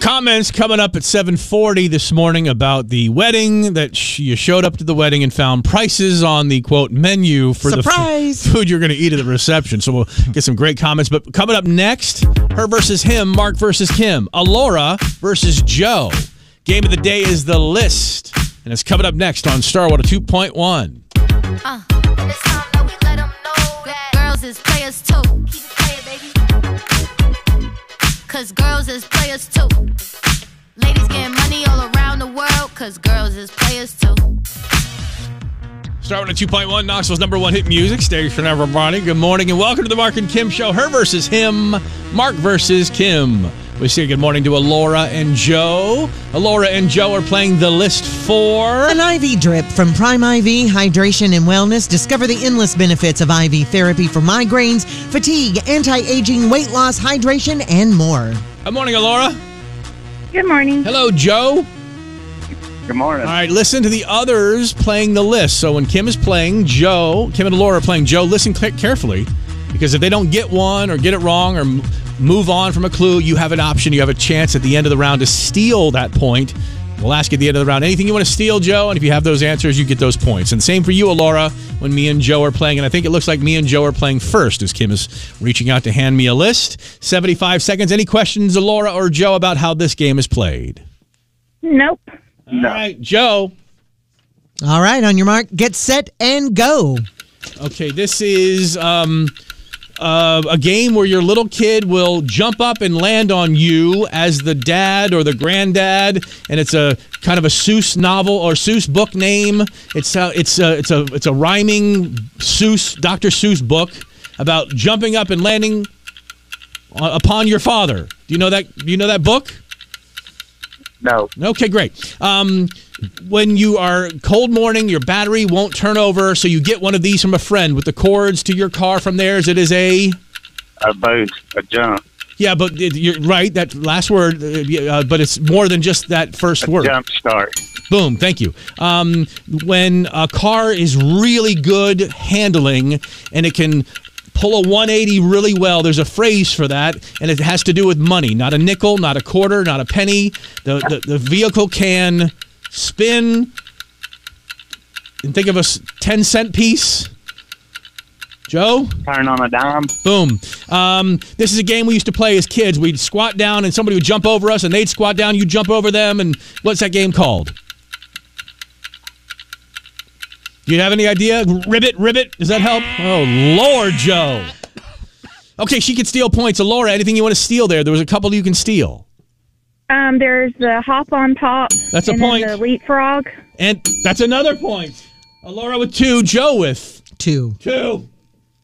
A: Comments coming up at 7:40 this morning about the wedding that sh- you showed up to the wedding and found prices on the quote menu for
B: Surprise!
A: the f- food you're going to eat at the reception. So we'll get some great comments. But coming up next, her versus him, Mark versus Kim, Alora versus Joe. Game of the day is the list, and it's coming up next on Starwater 2.1.
I: Uh, and it's time that we let 'em know that girls is players too. Keep it playing, baby. Cause girls is players too. Ladies getting money all around the world, cause girls is players too.
A: Starting at 2.1, Knoxville's number one hit music station, everybody. Good morning and welcome to the Mark and Kim Show. Her versus him, Mark versus Kim. We say good morning to Alora and Joe. Alora and Joe are playing the list for.
B: An IV drip from Prime IV Hydration and Wellness. Discover the endless benefits of IV therapy for migraines, fatigue, anti-aging, weight loss, hydration, and more.
A: Good morning, Alora.
J: Good morning.
A: Hello, Joe.
K: Good morning.
A: All right, listen to the others playing the list. So when Kim is playing Joe, Kim and Alora are playing Joe, listen cl- carefully because if they don't get one or get it wrong or m- move on from a clue, you have an option, you have a chance at the end of the round to steal that point We'll ask you at the end of the round anything you want to steal, Joe, and if you have those answers, you get those points. And same for you, Alora, when me and Joe are playing. And I think it looks like me and Joe are playing first as Kim is reaching out to hand me a list. 75 seconds. Any questions, Alora or Joe, about how this game is played?
J: Nope.
A: All right, Joe.
B: All right, on your mark, get set and go.
A: Okay, this is um, uh, a game where your little kid will jump up and land on you as the dad or the granddad, and it's a kind of a Seuss novel or Seuss book name. It's a, it's a, it's a it's a rhyming Seuss Dr. Seuss book about jumping up and landing u- upon your father. Do you know that? Do you know that book?
G: No.
A: Okay, great. Um, when you are cold morning, your battery won't turn over, so you get one of these from a friend with the cords to your car from theirs. It is a
G: A boat. A jump.
A: yeah, but it- you're right. That last word, uh, yeah, uh, but it's more than just that first word.
G: Jump start.
A: Boom. Thank you. Um, when a car is really good handling and it can pull a 180 really well, there's a phrase for that, and it has to do with money. Not a nickel, not a quarter, not a penny. The the, the vehicle can spin. And think of a s- 10 cent piece. Joe?
G: Turn on a dime.
A: Boom. Um, this is a game we used to play as kids. We'd squat down and somebody would jump over us, and they'd squat down, you'd jump over them. And what's that game called? Do you have any idea? Ribbit, ribbit. Does that help? Oh, Lord, Joe. Okay, she could steal points. Laura, anything you want to steal there? There was a couple you can steal.
J: Um, there's the hop on top.
A: That's a
J: and then
A: point.
J: The leapfrog.
A: And that's another point. Laura with two, Joe with
B: Two.
A: two.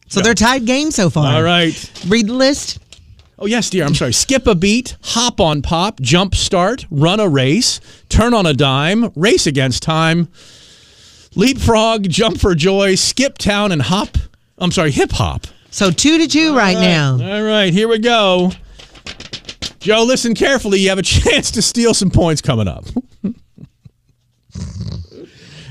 B: So they're tied game so far.
A: All right.
B: Read the list.
A: Oh, yes, dear. I'm sorry. Skip a beat, hop on pop, jump start, run a race, turn on a dime, race against time, leapfrog, jump for joy, skip town, and hop. I'm sorry, hip hop.
B: So two to two right now.
A: All right, here we go. Joe, listen carefully. You have a chance to steal some points coming up.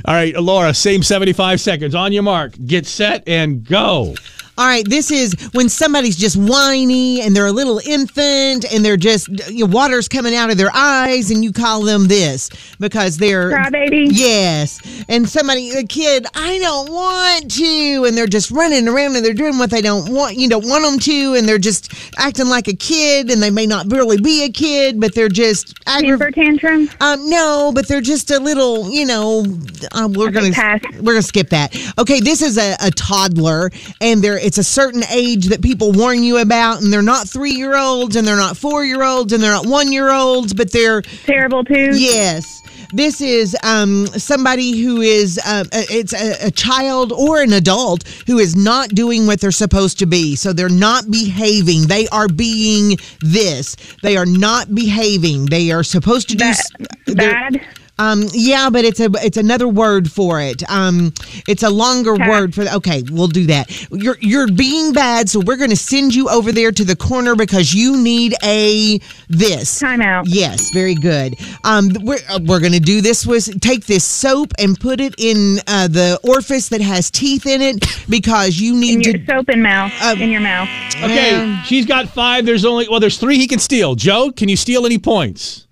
A: All right, Laura, same 75 seconds. On your mark, get set, and go.
B: All right, this is when somebody's just whiny and they're a little infant and they're just you know, water's coming out of their eyes and you call them this because they're
J: Crybaby.
B: Yes, and somebody a kid I don't want to and they're just running around and they're doing what they don't want you don't want them to and they're just acting like a kid and they may not really be a kid but they're just
J: Temper
B: aggravated.
J: tantrum.
B: Um, no, but they're just a little, you know. Um, we're gonna
J: pass.
B: we're gonna skip that. Okay, this is a, a toddler, and they're it's a certain age that people warn you about, and they're not three year olds, and they're not four year olds, and they're not one year olds, but they're
J: Terrible too.
B: yes. This is um, somebody who is uh, it's a, a child or an adult who is not doing what they're supposed to be. So they're not behaving. They are being this. They are not behaving. They are supposed to do
J: Ba-
B: s- they're-
J: bad.
B: um, yeah, but it's a it's another word for it. Um, it's a longer
J: Okay.
B: word for. Okay, we'll do that. You're you're being bad, so we're going to send you over there to the corner because you need a this.
J: Timeout.
B: Yes, very good. Um, we're uh, we're going to do this with take this soap and put it in uh, the orifice that has teeth in it because you
J: In
B: need
J: your
B: to.
J: soap and mouth.
B: Um,
J: in your mouth.
A: Okay,
B: Yeah.
A: she's got five. There's only well, there's three he can steal. Joe, can you steal any points?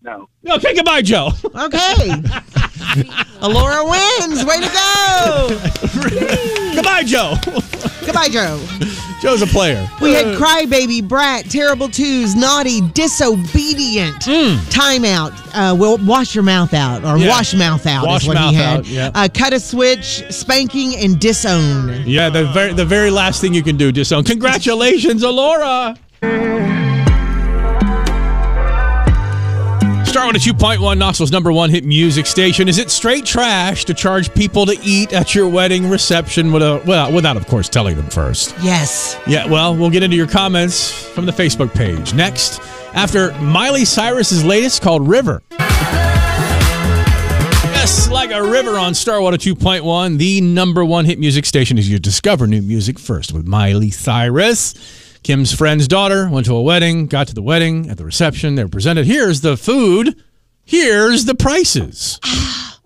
G: No.
A: No, okay, goodbye, Joe.
B: Okay. Alora wins. Way to go.
A: goodbye, Joe.
B: Goodbye, Joe.
A: Joe's a player.
B: We had crybaby, brat, terrible twos, naughty, disobedient, timeout. Uh, well, wash your mouth out or
A: Mm. Yeah.
B: wash mouth out
A: Wash
B: is what
A: mouth
B: he had.
A: out, yeah.
B: uh, cut a switch, spanking, and disown.
A: Yeah, the very the very last thing you can do, disown. Congratulations, Alora. Star one at two point one, Knoxville's number one hit music station. Is it straight trash to charge people to eat at your wedding reception without, well, without of course telling them first?
B: Yes.
A: Yeah, well, we'll get into your comments from the Facebook page next. After Miley Cyrus's latest called River. Yes, like a river on Starwater 2.1, the number one hit music station as you discover new music first with Miley Cyrus. Kim's friend's daughter went to a wedding, got to the wedding, at the reception, they were presented. Here's the food, here's the prices.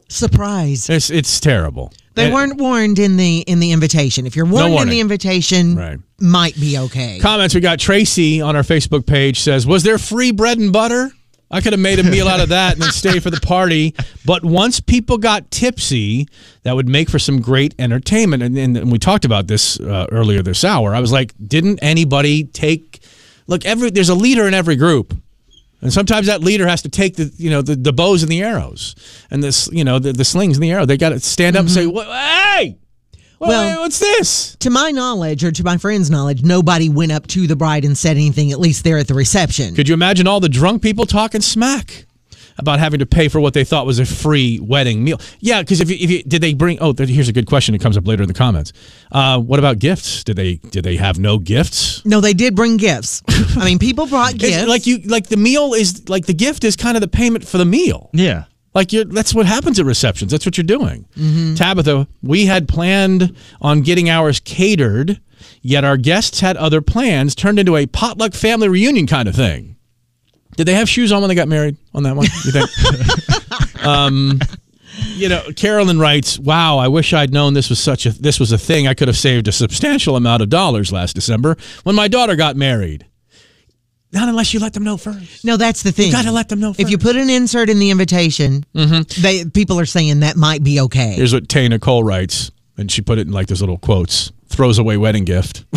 B: Surprise.
A: It's, it's terrible.
B: They
A: And-
B: weren't warned in the in the invitation. If you're warned in
A: warning.
B: the invitation,
A: Right.
B: might be okay.
A: Comments we got Tracy on our Facebook page says, Was there free bread and butter? I could have made a meal out of that and then stayed for the party. But once people got tipsy, that would make for some great entertainment. And, and, and we talked about this uh, earlier this hour. I was like, didn't anybody take? Look, every there's a leader in every group. And sometimes that leader has to take the you know the, the bows and the arrows and this you know the, the slings and the arrow. They got to stand up and say, "Wha- "Hey, wha-
B: Well-
A: what's this?"
B: To my knowledge, or to my friend's knowledge, nobody went up to the bride and said anything, at least there at the reception.
A: Could you imagine all the drunk people talking smack about having to pay for what they thought was a free wedding meal? Yeah, because if you, if you, did they bring? Oh, there- here's a good question. It comes up later in the comments. Uh, what about gifts? Did they did they have no gifts?
B: no, they did bring gifts. I mean, people brought
A: It's
B: gifts.
A: Like you like the meal is like the gift is kind of the payment for the meal.
C: Yeah.
A: Like you're, that's what happens at receptions. That's what you're doing. Tabitha, we had planned on getting ours catered, yet our guests had other plans, turned into a potluck family reunion kind of thing. Did they have shoes on when they got married on that one? You think? um, you know, Carolyn writes, "Wow, I wish I'd known this was such a this was a thing. I could have saved a substantial amount of dollars last December when my daughter got married. Not unless you let them know first.
B: no, that's the thing.
A: You got to let them know first. Mm-hmm.
B: If you put an insert in the invitation, they people are saying that might be okay.
A: Here's what Tay Nicole writes, and she put it in like those little quotes: "Throws away wedding gift."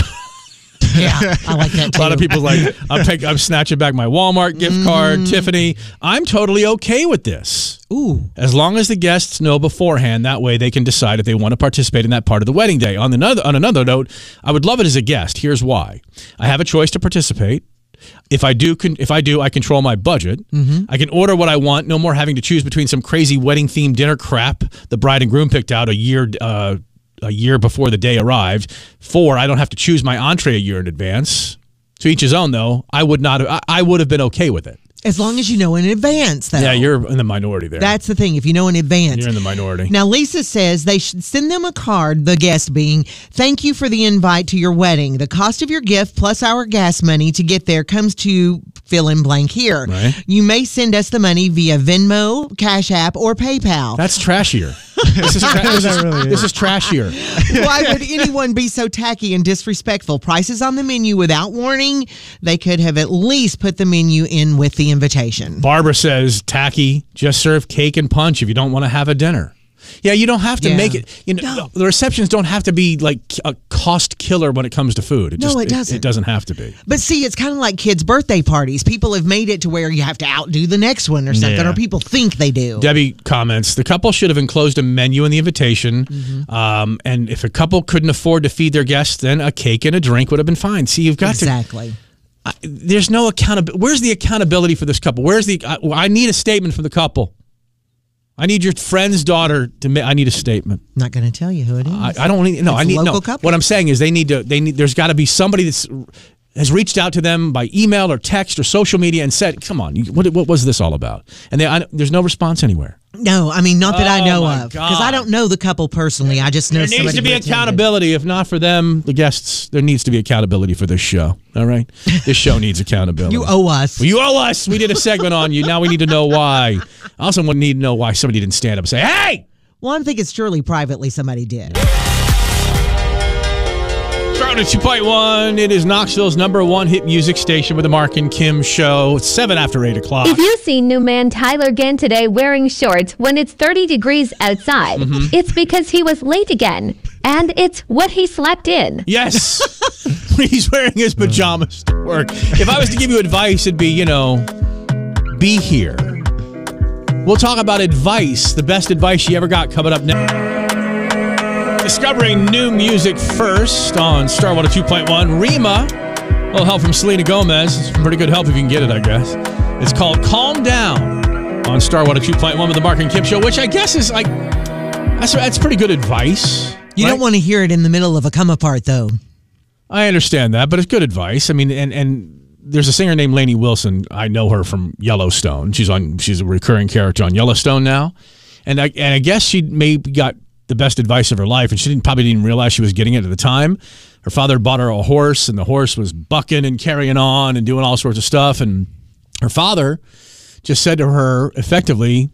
B: yeah, I like that.
A: A lot of
B: too.
A: people like I'm pick, I'm snatching back my Walmart gift card. Tiffany, I'm totally okay with this.
B: Ooh,
A: As long as the guests know beforehand, that way they can decide if they want to participate in that part of the wedding day. On another on another note, I would love it as a guest. Here's why: I have a choice to participate. If I do, con- if I do, I control my budget. I can order what I want. No more having to choose between some crazy wedding themed dinner crap the bride and groom picked out a year uh, a year before the day arrived. Four, I don't have to choose my entree a year in advance. To each his own, though. I would not. I, I would have been okay with it.
B: as long as you know in advance, though.
A: Yeah, you're in the minority there.
B: That's the thing. If you know in advance,
A: you're in the minority.
B: Now, Lisa says they should send them a card, the guest being, thank you for the invite to your wedding. The cost of your gift plus our gas money to get there comes to fill in blank here.
A: Right.
B: You may send us the money via Venmo, Cash App, or PayPal.
A: That's trashier. this, is tra- this, is, this is trashier.
B: Why would anyone be so tacky and disrespectful? Prices on the menu without warning. They could have at least put the menu in with the invitation.
A: Barbara says tacky. Just serve cake and punch if you don't want to have a dinner. Yeah, you don't have to
B: Yeah.
A: make it. You know, the receptions don't have to be like a cost killer when it comes to food.
B: No, it doesn't.
A: It, doesn't have to be.
B: But see, it's kind of like kids' birthday parties. People have made it to where you have to outdo the next one or something,
C: Yeah.
B: or people think they do.
A: Debbie comments: the couple should have enclosed a menu in the invitation,
B: Mm-hmm.
A: um, and if a couple couldn't afford to feed their guests, then a cake and a drink would have been fine. See, you've got to
B: exactly.
A: there's no accountability. Where's the accountability for this couple? Where's the? I, I need a statement from the couple. I need your friend's daughter to. Ma- I need a statement.
B: Not going to tell you who it is.
A: I, I don't need. No,
B: It's
A: I
B: a
A: need no.
B: local couple.
A: What I'm saying is they need to. They need. There's got to be somebody that's has reached out to them by email or text or social media and said, "Come on, you- what what was this all about?" And they, I, there's no response anywhere.
B: no, I mean not that I
A: Oh,
B: know
A: my
B: of because I
A: God.
B: don't know the couple personally. I just know
A: There needs
B: somebody
A: to be
B: who attended.
A: accountability, if not for them, the guests. There needs to be accountability for this show. All right, this show needs accountability.
B: You owe us.
A: Well, you owe us. We did a segment on you. Now we need to know why. I also want- need to know why somebody didn't stand up and say, "Hey,
B: well, I'm thinking surely privately somebody did.
A: Starting at 2.1, it is Knoxville's number one hit music station with the Mark and Kim show. It's 7 after 8 o'clock.
K: If you see new man Tyler Ginn today wearing shorts when it's 30 degrees outside,
A: Mm-hmm.
K: it's because he was late again. And it's what he slept in.
A: Yes. He's wearing his pajamas to work. If I was to give you advice, it'd be, you know, be here. We'll talk about advice, the best advice you ever got coming up next. Discovering new music first on Starwater 2.1. Rima, a little help from Selena Gomez. It's pretty good help if you can get it, I guess. It's called Calm Down on Starwater 2.1 with the Mark and Kim show, which I guess is like, that's, that's pretty good advice.
B: You
A: right?
B: don't want to hear it in the middle of a come apart though.
A: I understand that, but it's good advice. I mean, and and there's a singer named Lainey Wilson. I know her from Yellowstone. She's on. She's a recurring character on Yellowstone now, and I and I guess she maybe got the best advice of her life, and she didn't probably didn't realize she was getting it at the time. Her father bought her a horse, and the horse was bucking and carrying on and doing all sorts of stuff, and her father just said to her effectively,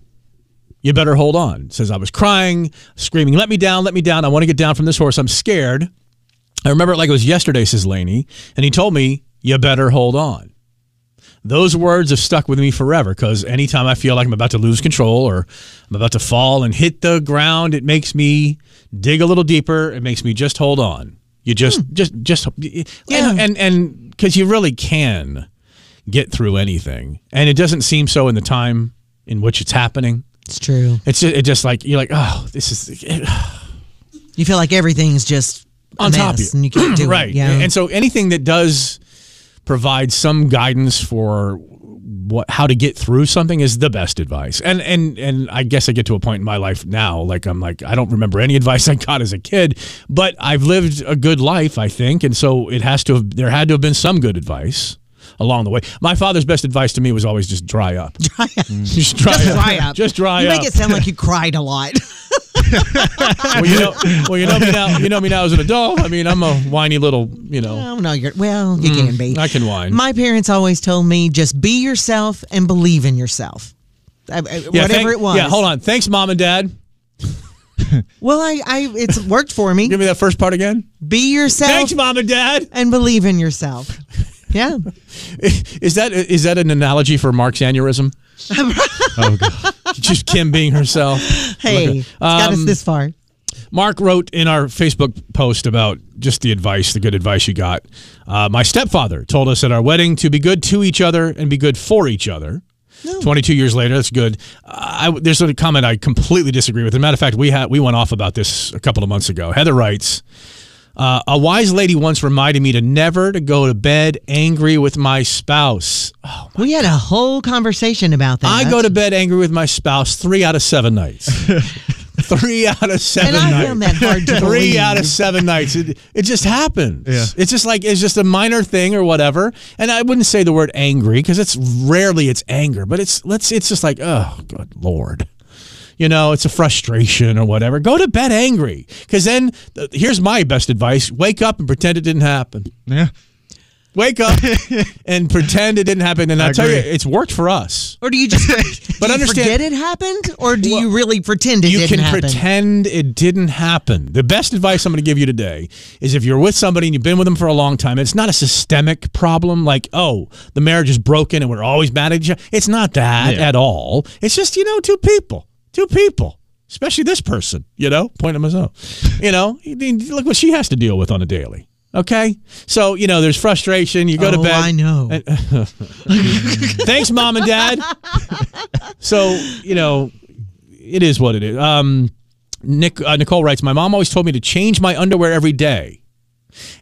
A: "You better hold on." Says I was crying, screaming, "Let me down! Let me down! I want to get down from this horse. I'm scared." I remember it like it was yesterday, says Laney, and he told me, you better hold on. Those words have stuck with me forever because anytime I feel like I'm about to lose control or I'm about to fall and hit the ground, it makes me dig a little deeper. It makes me just hold on. You just, just, just, yeah. and, and, because you really can get through anything. And it doesn't seem so in the time in which it's happening.
B: It's true.
A: It's just, it just like, you're like, oh, this is,
B: You feel like everything's just a
A: on top of you.
B: mess and you can't do
A: right.
B: it. Yeah.
A: And so anything that does provide some guidance for what how to get through something is the best advice. And and and I guess I get to a point in my life now like I'm like I don't remember any advice I got as a kid, but I've lived a good life, I think, and so it has to have there had to have been some good advice along the way. My father's best advice to me was always just dry up.
B: Dry up.
A: Just dry
B: Just
A: up.
B: dry up.
A: Just dry
B: you
A: up.
B: make it sound like you cried a lot.
A: well, you know, well, you know me now. You know me now as an adult. I mean, I'm a whiny little, you know.
B: oh no, you're well, you can be.
A: Mm, I can whine.
B: My parents always told me just be yourself and believe in yourself. I- I-
A: Yeah,
B: Whatever
A: thank-
B: it was.
A: Yeah, hold on. Thanks, mom and dad.
B: Well, I, I it's worked for me.
A: Give me that first part again.
B: Be yourself
A: Thanks, mom and dad.
B: and believe in yourself. Yeah.
A: Is that is that an analogy for Mark's aneurysm? oh god, just Kim being herself.
B: Hey,
A: Look at-
B: it's got us
A: Um,
B: this far.
A: Mark wrote in our Facebook post about just the advice, the good advice you got. Uh, my stepfather told us at our wedding to be good to each other and be good for each other. 22 years later, that's good. Uh, I, I- there's a comment I completely disagree with. As a matter of fact, we had we went off about this a couple of months ago. Heather writes, uh, a wise lady once reminded me to never to go to bed angry with my spouse.
B: Oh, We had a whole conversation about that.
A: I go to bed angry with my spouse three out of seven nights. three out of seven
B: And I
A: nights.
B: found that hard to
A: Three
B: believe.
A: out of seven nights. It, it just happens.
C: Yeah.
A: It's just like it's just a minor thing or whatever. And I wouldn't say the word angry because it's rarely it's anger, but it's let's it's just like oh good lord. You know, it's a frustration or whatever. Go to bed angry because then th- here's my best advice: wake up and pretend it didn't happen.
C: Yeah.
A: Wake up and pretend it didn't happen. And I,
C: I
A: will tell you,
C: agree.
A: it's worked for us.
B: Or do you just
A: But
B: do you
A: understand-
B: forget it happened, or do you really pretend it
A: you
B: didn't
A: can
B: happen?
A: pretend it didn't happen. The best advice I'm going to give you today is if you're with somebody and you've been with them for a long time, it's not a systemic problem like, oh, the marriage is broken and we're always mad at each other. It's not that
C: Yeah.
A: at all. It's just, you know, two people, two people, especially this person, you know, point at myself. you know, I mean, look what she has to deal with on a daily. Okay. So, you know, there's frustration. You go to
B: Oh,
A: bed.
B: I know.
A: Thanks, mom and dad. so you know, it is what it is. Um, Nick uh, Nicole writes, my mom always told me to change my underwear every day.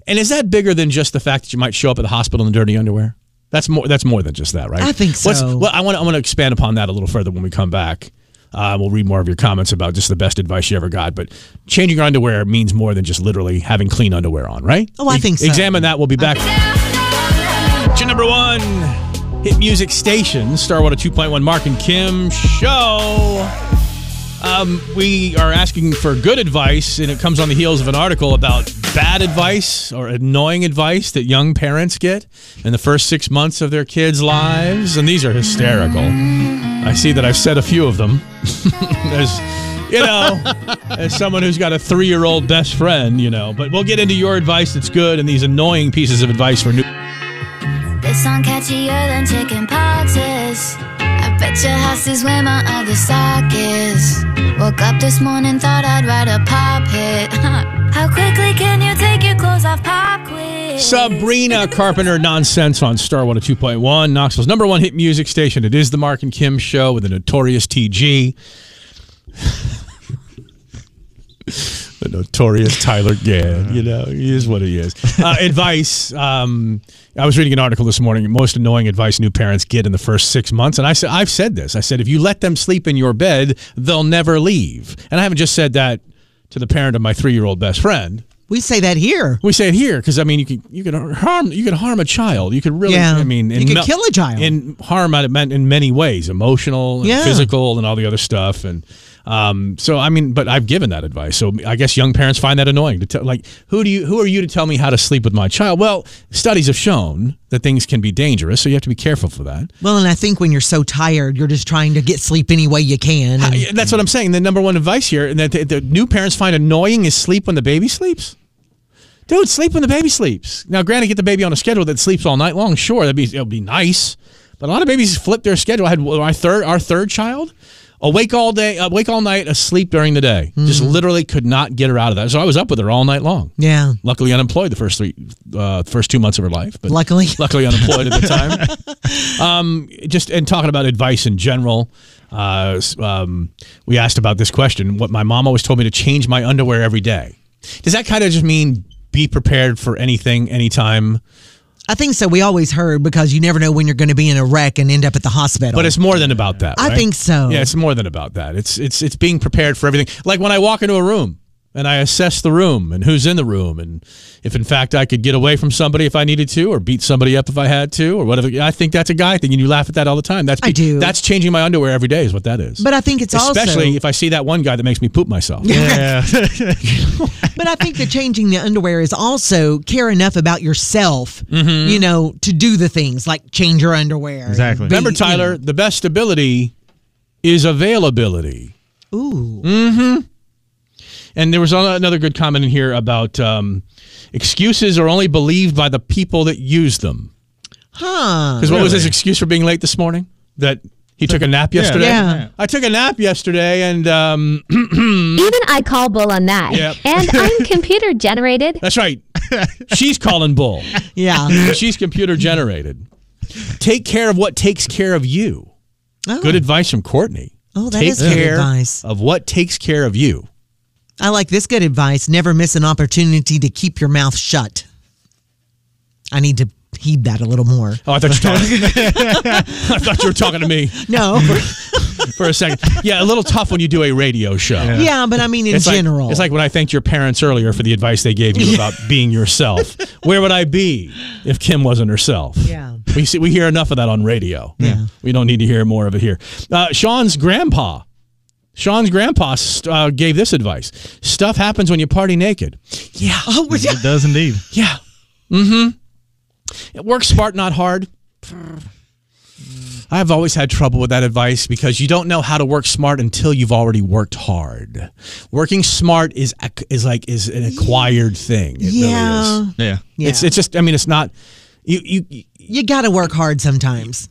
A: And is that bigger than just the fact that you might show up at the hospital in dirty underwear? That's more. That's more than just that, right?
B: I think
A: What's-
B: so.
A: well, I want. to. I want to expand upon that a little further when we come back. Uh, we'll read more of your comments about just the best advice you ever got. But changing your underwear means more than just literally having clean underwear on, right?
B: Oh, I
A: E-
B: think so.
A: Examine that. We'll be back. Your number one hit music station, Star Water 2.1 Mark and Kim show. Um, we are asking for good advice, and it comes on the heels of an article about bad advice or annoying advice that young parents get in the first six months of their kids' lives. And these are hysterical. I see that I've said a few of them. There's, you know, as someone who's got a three year old best friend, you know, but we'll get into your advice that's good and these annoying pieces of advice for new.
I: This song catchier than chicken poxes. I bet your house is where my other sock is. Woke up this morning, thought I'd write a pop hit. How quickly can you take your clothes off pop quiz?
A: Sabrina Carpenter nonsense on Star 102.1, Knoxville's number one hit music station. It is the Mark and Kim show with the notorious TG. the notorious Tyler Gann, you know, he is what he is. Uh, advice. Um, I was reading an article this morning. Most annoying advice new parents get in the first six months, and I said I've said this. I said if you let them sleep in your bed, they'll never leave. And I haven't just said that to the parent of my three-year-old best friend.
B: we say that here.
A: We say it here because I mean you can you can harm you can harm a child. You could really
B: Yeah.
A: I mean
B: You
A: and
B: could
A: mel-
B: kill a child.
A: and harm at it meant in many ways, emotional, and
B: Yeah.
A: physical, and all the other stuff. And um, so I mean, but I've given that advice. So I guess young parents find that annoying to tell like who do you who are you to tell me how to sleep with my child? Well, studies have shown that things can be dangerous, so you have to be careful for that.
B: Well, and I think when you're so tired, you're just trying to get sleep any way you can. and-
A: Yeah, That's what I'm saying. The number one advice here, and that the, the new parents find annoying, is sleep when the baby sleeps. Dude, sleep when the baby sleeps. Now, granted, get the baby on a schedule that sleeps all night long. Sure, that'd be it'll be nice, But a lot of babies flip their schedule. I had my third, our third child, awake all day, awake all night, asleep during the day. Just literally could not get her out of that. So I was up with her all night long.
B: Yeah.
A: Luckily unemployed the first three, uh, first two months of her life. But
B: Luckily.
A: luckily unemployed at the time. Um, just and talking about advice in general. Uh, s- um, we asked about this question. What my mom always told me to change my underwear every day. Does that kind of just mean be prepared for anything, anytime?
B: I think so. We always heard because you never know when you're going to be in a wreck and end up at the hospital.
A: But it's more than about that.
B: I
A: right?
B: think so.
A: Yeah, it's more than about that. It's it's it's being prepared for everything. Like when I walk into a room and I assess the room and who's in the room and if in fact I could get away from somebody if I needed to or beat somebody up if I had to or whatever. I think that's a guy thing, and you laugh at that all the time. That's
B: I do.
A: That's changing my underwear every day is what that is.
B: But I think it's also-
A: especially if I see that one guy that makes me poop myself.
C: Yeah.
B: but I think that changing the underwear is also care enough about yourself,
A: Mm-hmm.
B: you know, to do the things like change your underwear. and
C: Exactly.
B: be-
A: Remember, Tyler, the best ability is availability.
B: Ooh.
A: Mm. And there was an- another good comment in here about um, excuses are only believed by the people that use them.
B: Huh.
A: Because what was
C: Really?
A: his excuse for being late this morning? That he took a nap yesterday.
B: Yeah. Yeah.
A: I took a nap yesterday, and um,
K: Even I call bull on that.
A: Yep.
K: And I'm computer generated.
A: that's right. She's calling bull.
B: Yeah.
A: She's computer generated. Take care of what takes care of you.
B: Oh,
A: Good advice from Courtney.
B: Oh, that
A: Take
B: is good
A: care
B: advice.
A: of what takes care of you.
B: I like this good advice. Never miss an opportunity to keep your mouth shut. I need to heed that a little more.
A: Oh, I thought you were talking. I thought you were talking to me
B: No.
A: for a second. Yeah, a little tough when you do a radio show.
B: yeah, but I mean in
A: it's
B: general.
A: Like, it's like when I thanked your parents earlier for the advice they gave you about being yourself. Where would I be if Kim wasn't herself?
B: Yeah.
A: We see we hear enough of that on radio.
B: Yeah.
A: We don't need to hear more of it here. Uh, Sean's grandpa. Sean's grandpa st- uh, gave this advice. Stuff happens when you party naked.
B: yeah. Oh, we're-
C: It does indeed.
A: Yeah. Mm-hmm. Work smart, not hard. I've always had trouble with that advice because you don't know how to work smart until you've already worked hard. Working smart is ac- is like is an acquired thing. It
B: yeah.
A: really is.
C: Yeah.
B: Yeah.
A: It's it's just I mean it's not you, you you-
B: you got to work hard sometimes.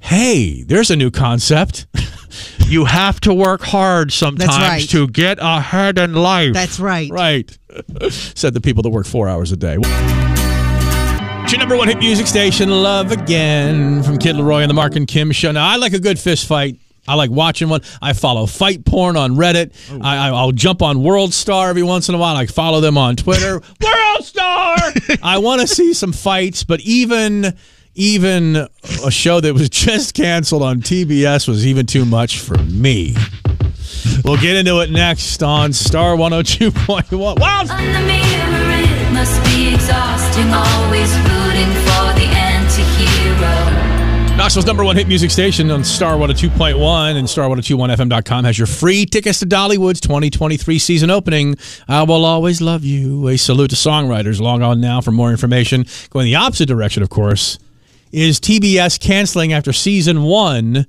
A: hey, there's a new concept. you have to work hard sometimes
B: right.
A: to get ahead in life.
B: That's right.
A: Right. Said the people that work four hours a day. It's your number one hit music station, Love Again, from Kid Leroy and the Mark and Kim Show. Now, I like a good fist fight. I like watching one. I follow fight porn on Reddit. I, I, I'll jump on World Star every once in a while. I follow them on Twitter. World Star! I want to see some fights, but even even a show that was just canceled on TBS was even too much for me. We'll get into it next on Star 102.1. Wild
D: On the mirror, it must be exhausting, always rooting for the anti-hero.
A: Knoxville's number one hit music station on Star 102.1 and star1021fm.com has your free tickets to Dollywood's 2023 season opening. I Will Always Love You. A salute to songwriters. Log on now for more information. Going the opposite direction, of course, is TBS canceling after season one.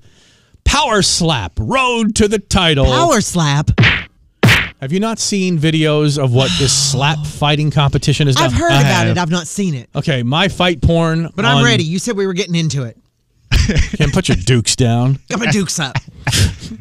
A: Power Slap, Road to the Title.
B: Power slap.
A: Have you not seen videos of what this slap fighting competition is?
B: I've heard
C: I
B: about it.
C: have.
B: I've not seen it.
A: Okay, my fight porn.
B: But I'm ready. You said we were getting into it.
A: Kim, put your dukes down.
B: Got my dukes up.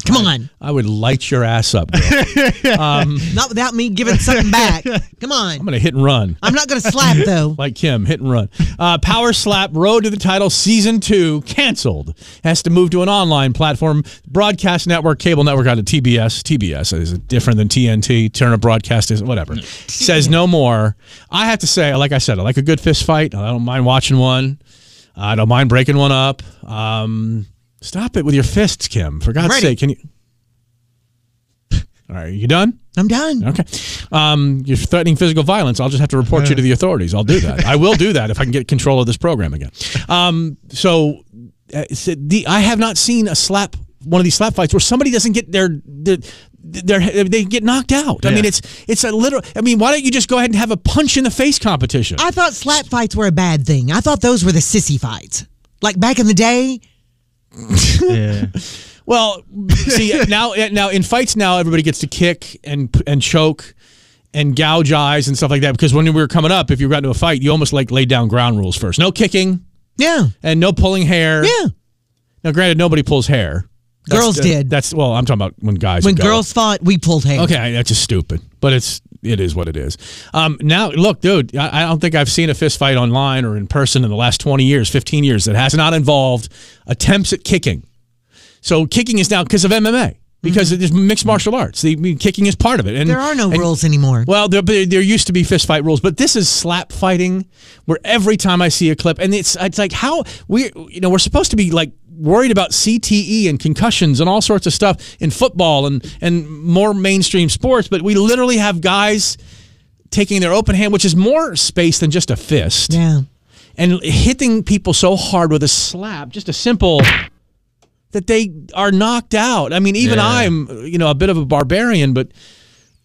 B: Come on.
A: I would light your ass up. Girl.
B: Not without me giving something back. Come
A: I'm
B: on.
A: gonna hit and run.
B: I'm not going to slap, though.
A: Like Kim, hit and run. Uh, Power Slap Road to the Title Season 2 canceled. Has to move to an online platform. Broadcast network, cable network out of TBS. TBS is different than TNT. Turner Broadcast is whatever. Says no more. I have to say, like I said, I like a good fist fight. I don't mind watching one. I don't mind breaking one up. Um, stop it with your fists, Kim. For God's
B: Ready.
A: sake, can you? All right, you done?
B: I'm done.
A: Okay. Um, you're threatening physical violence. I'll just have to report you to the authorities. I'll do that. I will do that if I can get control of this program again. Um, so, uh, so the, I have not seen a slap, one of these slap fights where somebody doesn't get their, their, their they get knocked out. I
C: Yeah.
A: mean, it's, it's a literal, I mean, why don't you just go ahead and have a punch in the face competition?
B: I thought slap fights were a bad thing. I thought those were the sissy fights. Like back in the day,
C: Yeah.
A: Well, see now eh, now in fights now everybody gets to kick and and choke and gouge eyes and stuff like that because when we were coming up, if you got into a fight, you almost like laid down ground rules first. No kicking
B: yeah.
A: and no pulling hair.
B: Yeah.
A: Now, granted, nobody pulls hair.
B: Girls
A: That's-
B: did.
A: That's well, I'm talking about when guys.
B: When
A: would go.
B: girls fought, we pulled hair.
A: Okay, that's just stupid, but it's it is what it is. Um, now, look, dude, I, I don't think I've seen a fist fight online or in person in the last 20 years, 15 years that has not involved attempts at kicking. So kicking is now because of MMA. Because it's mixed martial arts, the I mean, kicking is part of it. And
B: Mm-hmm. There are no
A: and-
B: rules anymore.
A: Well, there, but there used to be fist fight rules, but this is slap fighting. Where every time I see a clip, and it's it's like how we you know we're supposed to be like worried about CTE and concussions and all sorts of stuff in football and and more mainstream sports, but we literally have guys taking their open hand, which is more space than just a fist,
B: Yeah.
A: and hitting people so hard with a slap, just a simple. That they are knocked out. I mean, even
C: Yeah.
A: I'm, you know, a bit of a barbarian, but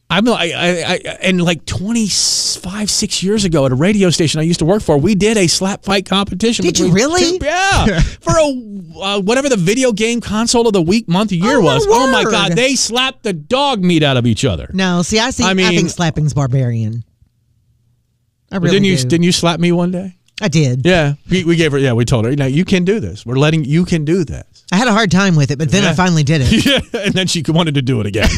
A: I'm I, I, I and like 25, six years ago at a radio station I used to work for, we did a slap fight competition.
B: Did you
A: between
B: really?
A: two- yeah, for a uh, whatever the video game console of the week, month, year
B: Oh, my
A: was. Oh my
B: word.
A: god, they slapped the dog meat out of each other.
B: No, see, I see.
A: I
B: I,
A: mean-
B: think slapping's barbarian. I really
A: didn't you
B: do.
A: didn't you slap me one day?
B: I did.
A: Yeah, we, we gave her. Yeah, we told her. Now you can do this. We're letting you can do this.
B: I had a hard time with it, but then
A: Yeah.
B: I finally did it.
A: Yeah, and then she wanted to do it again.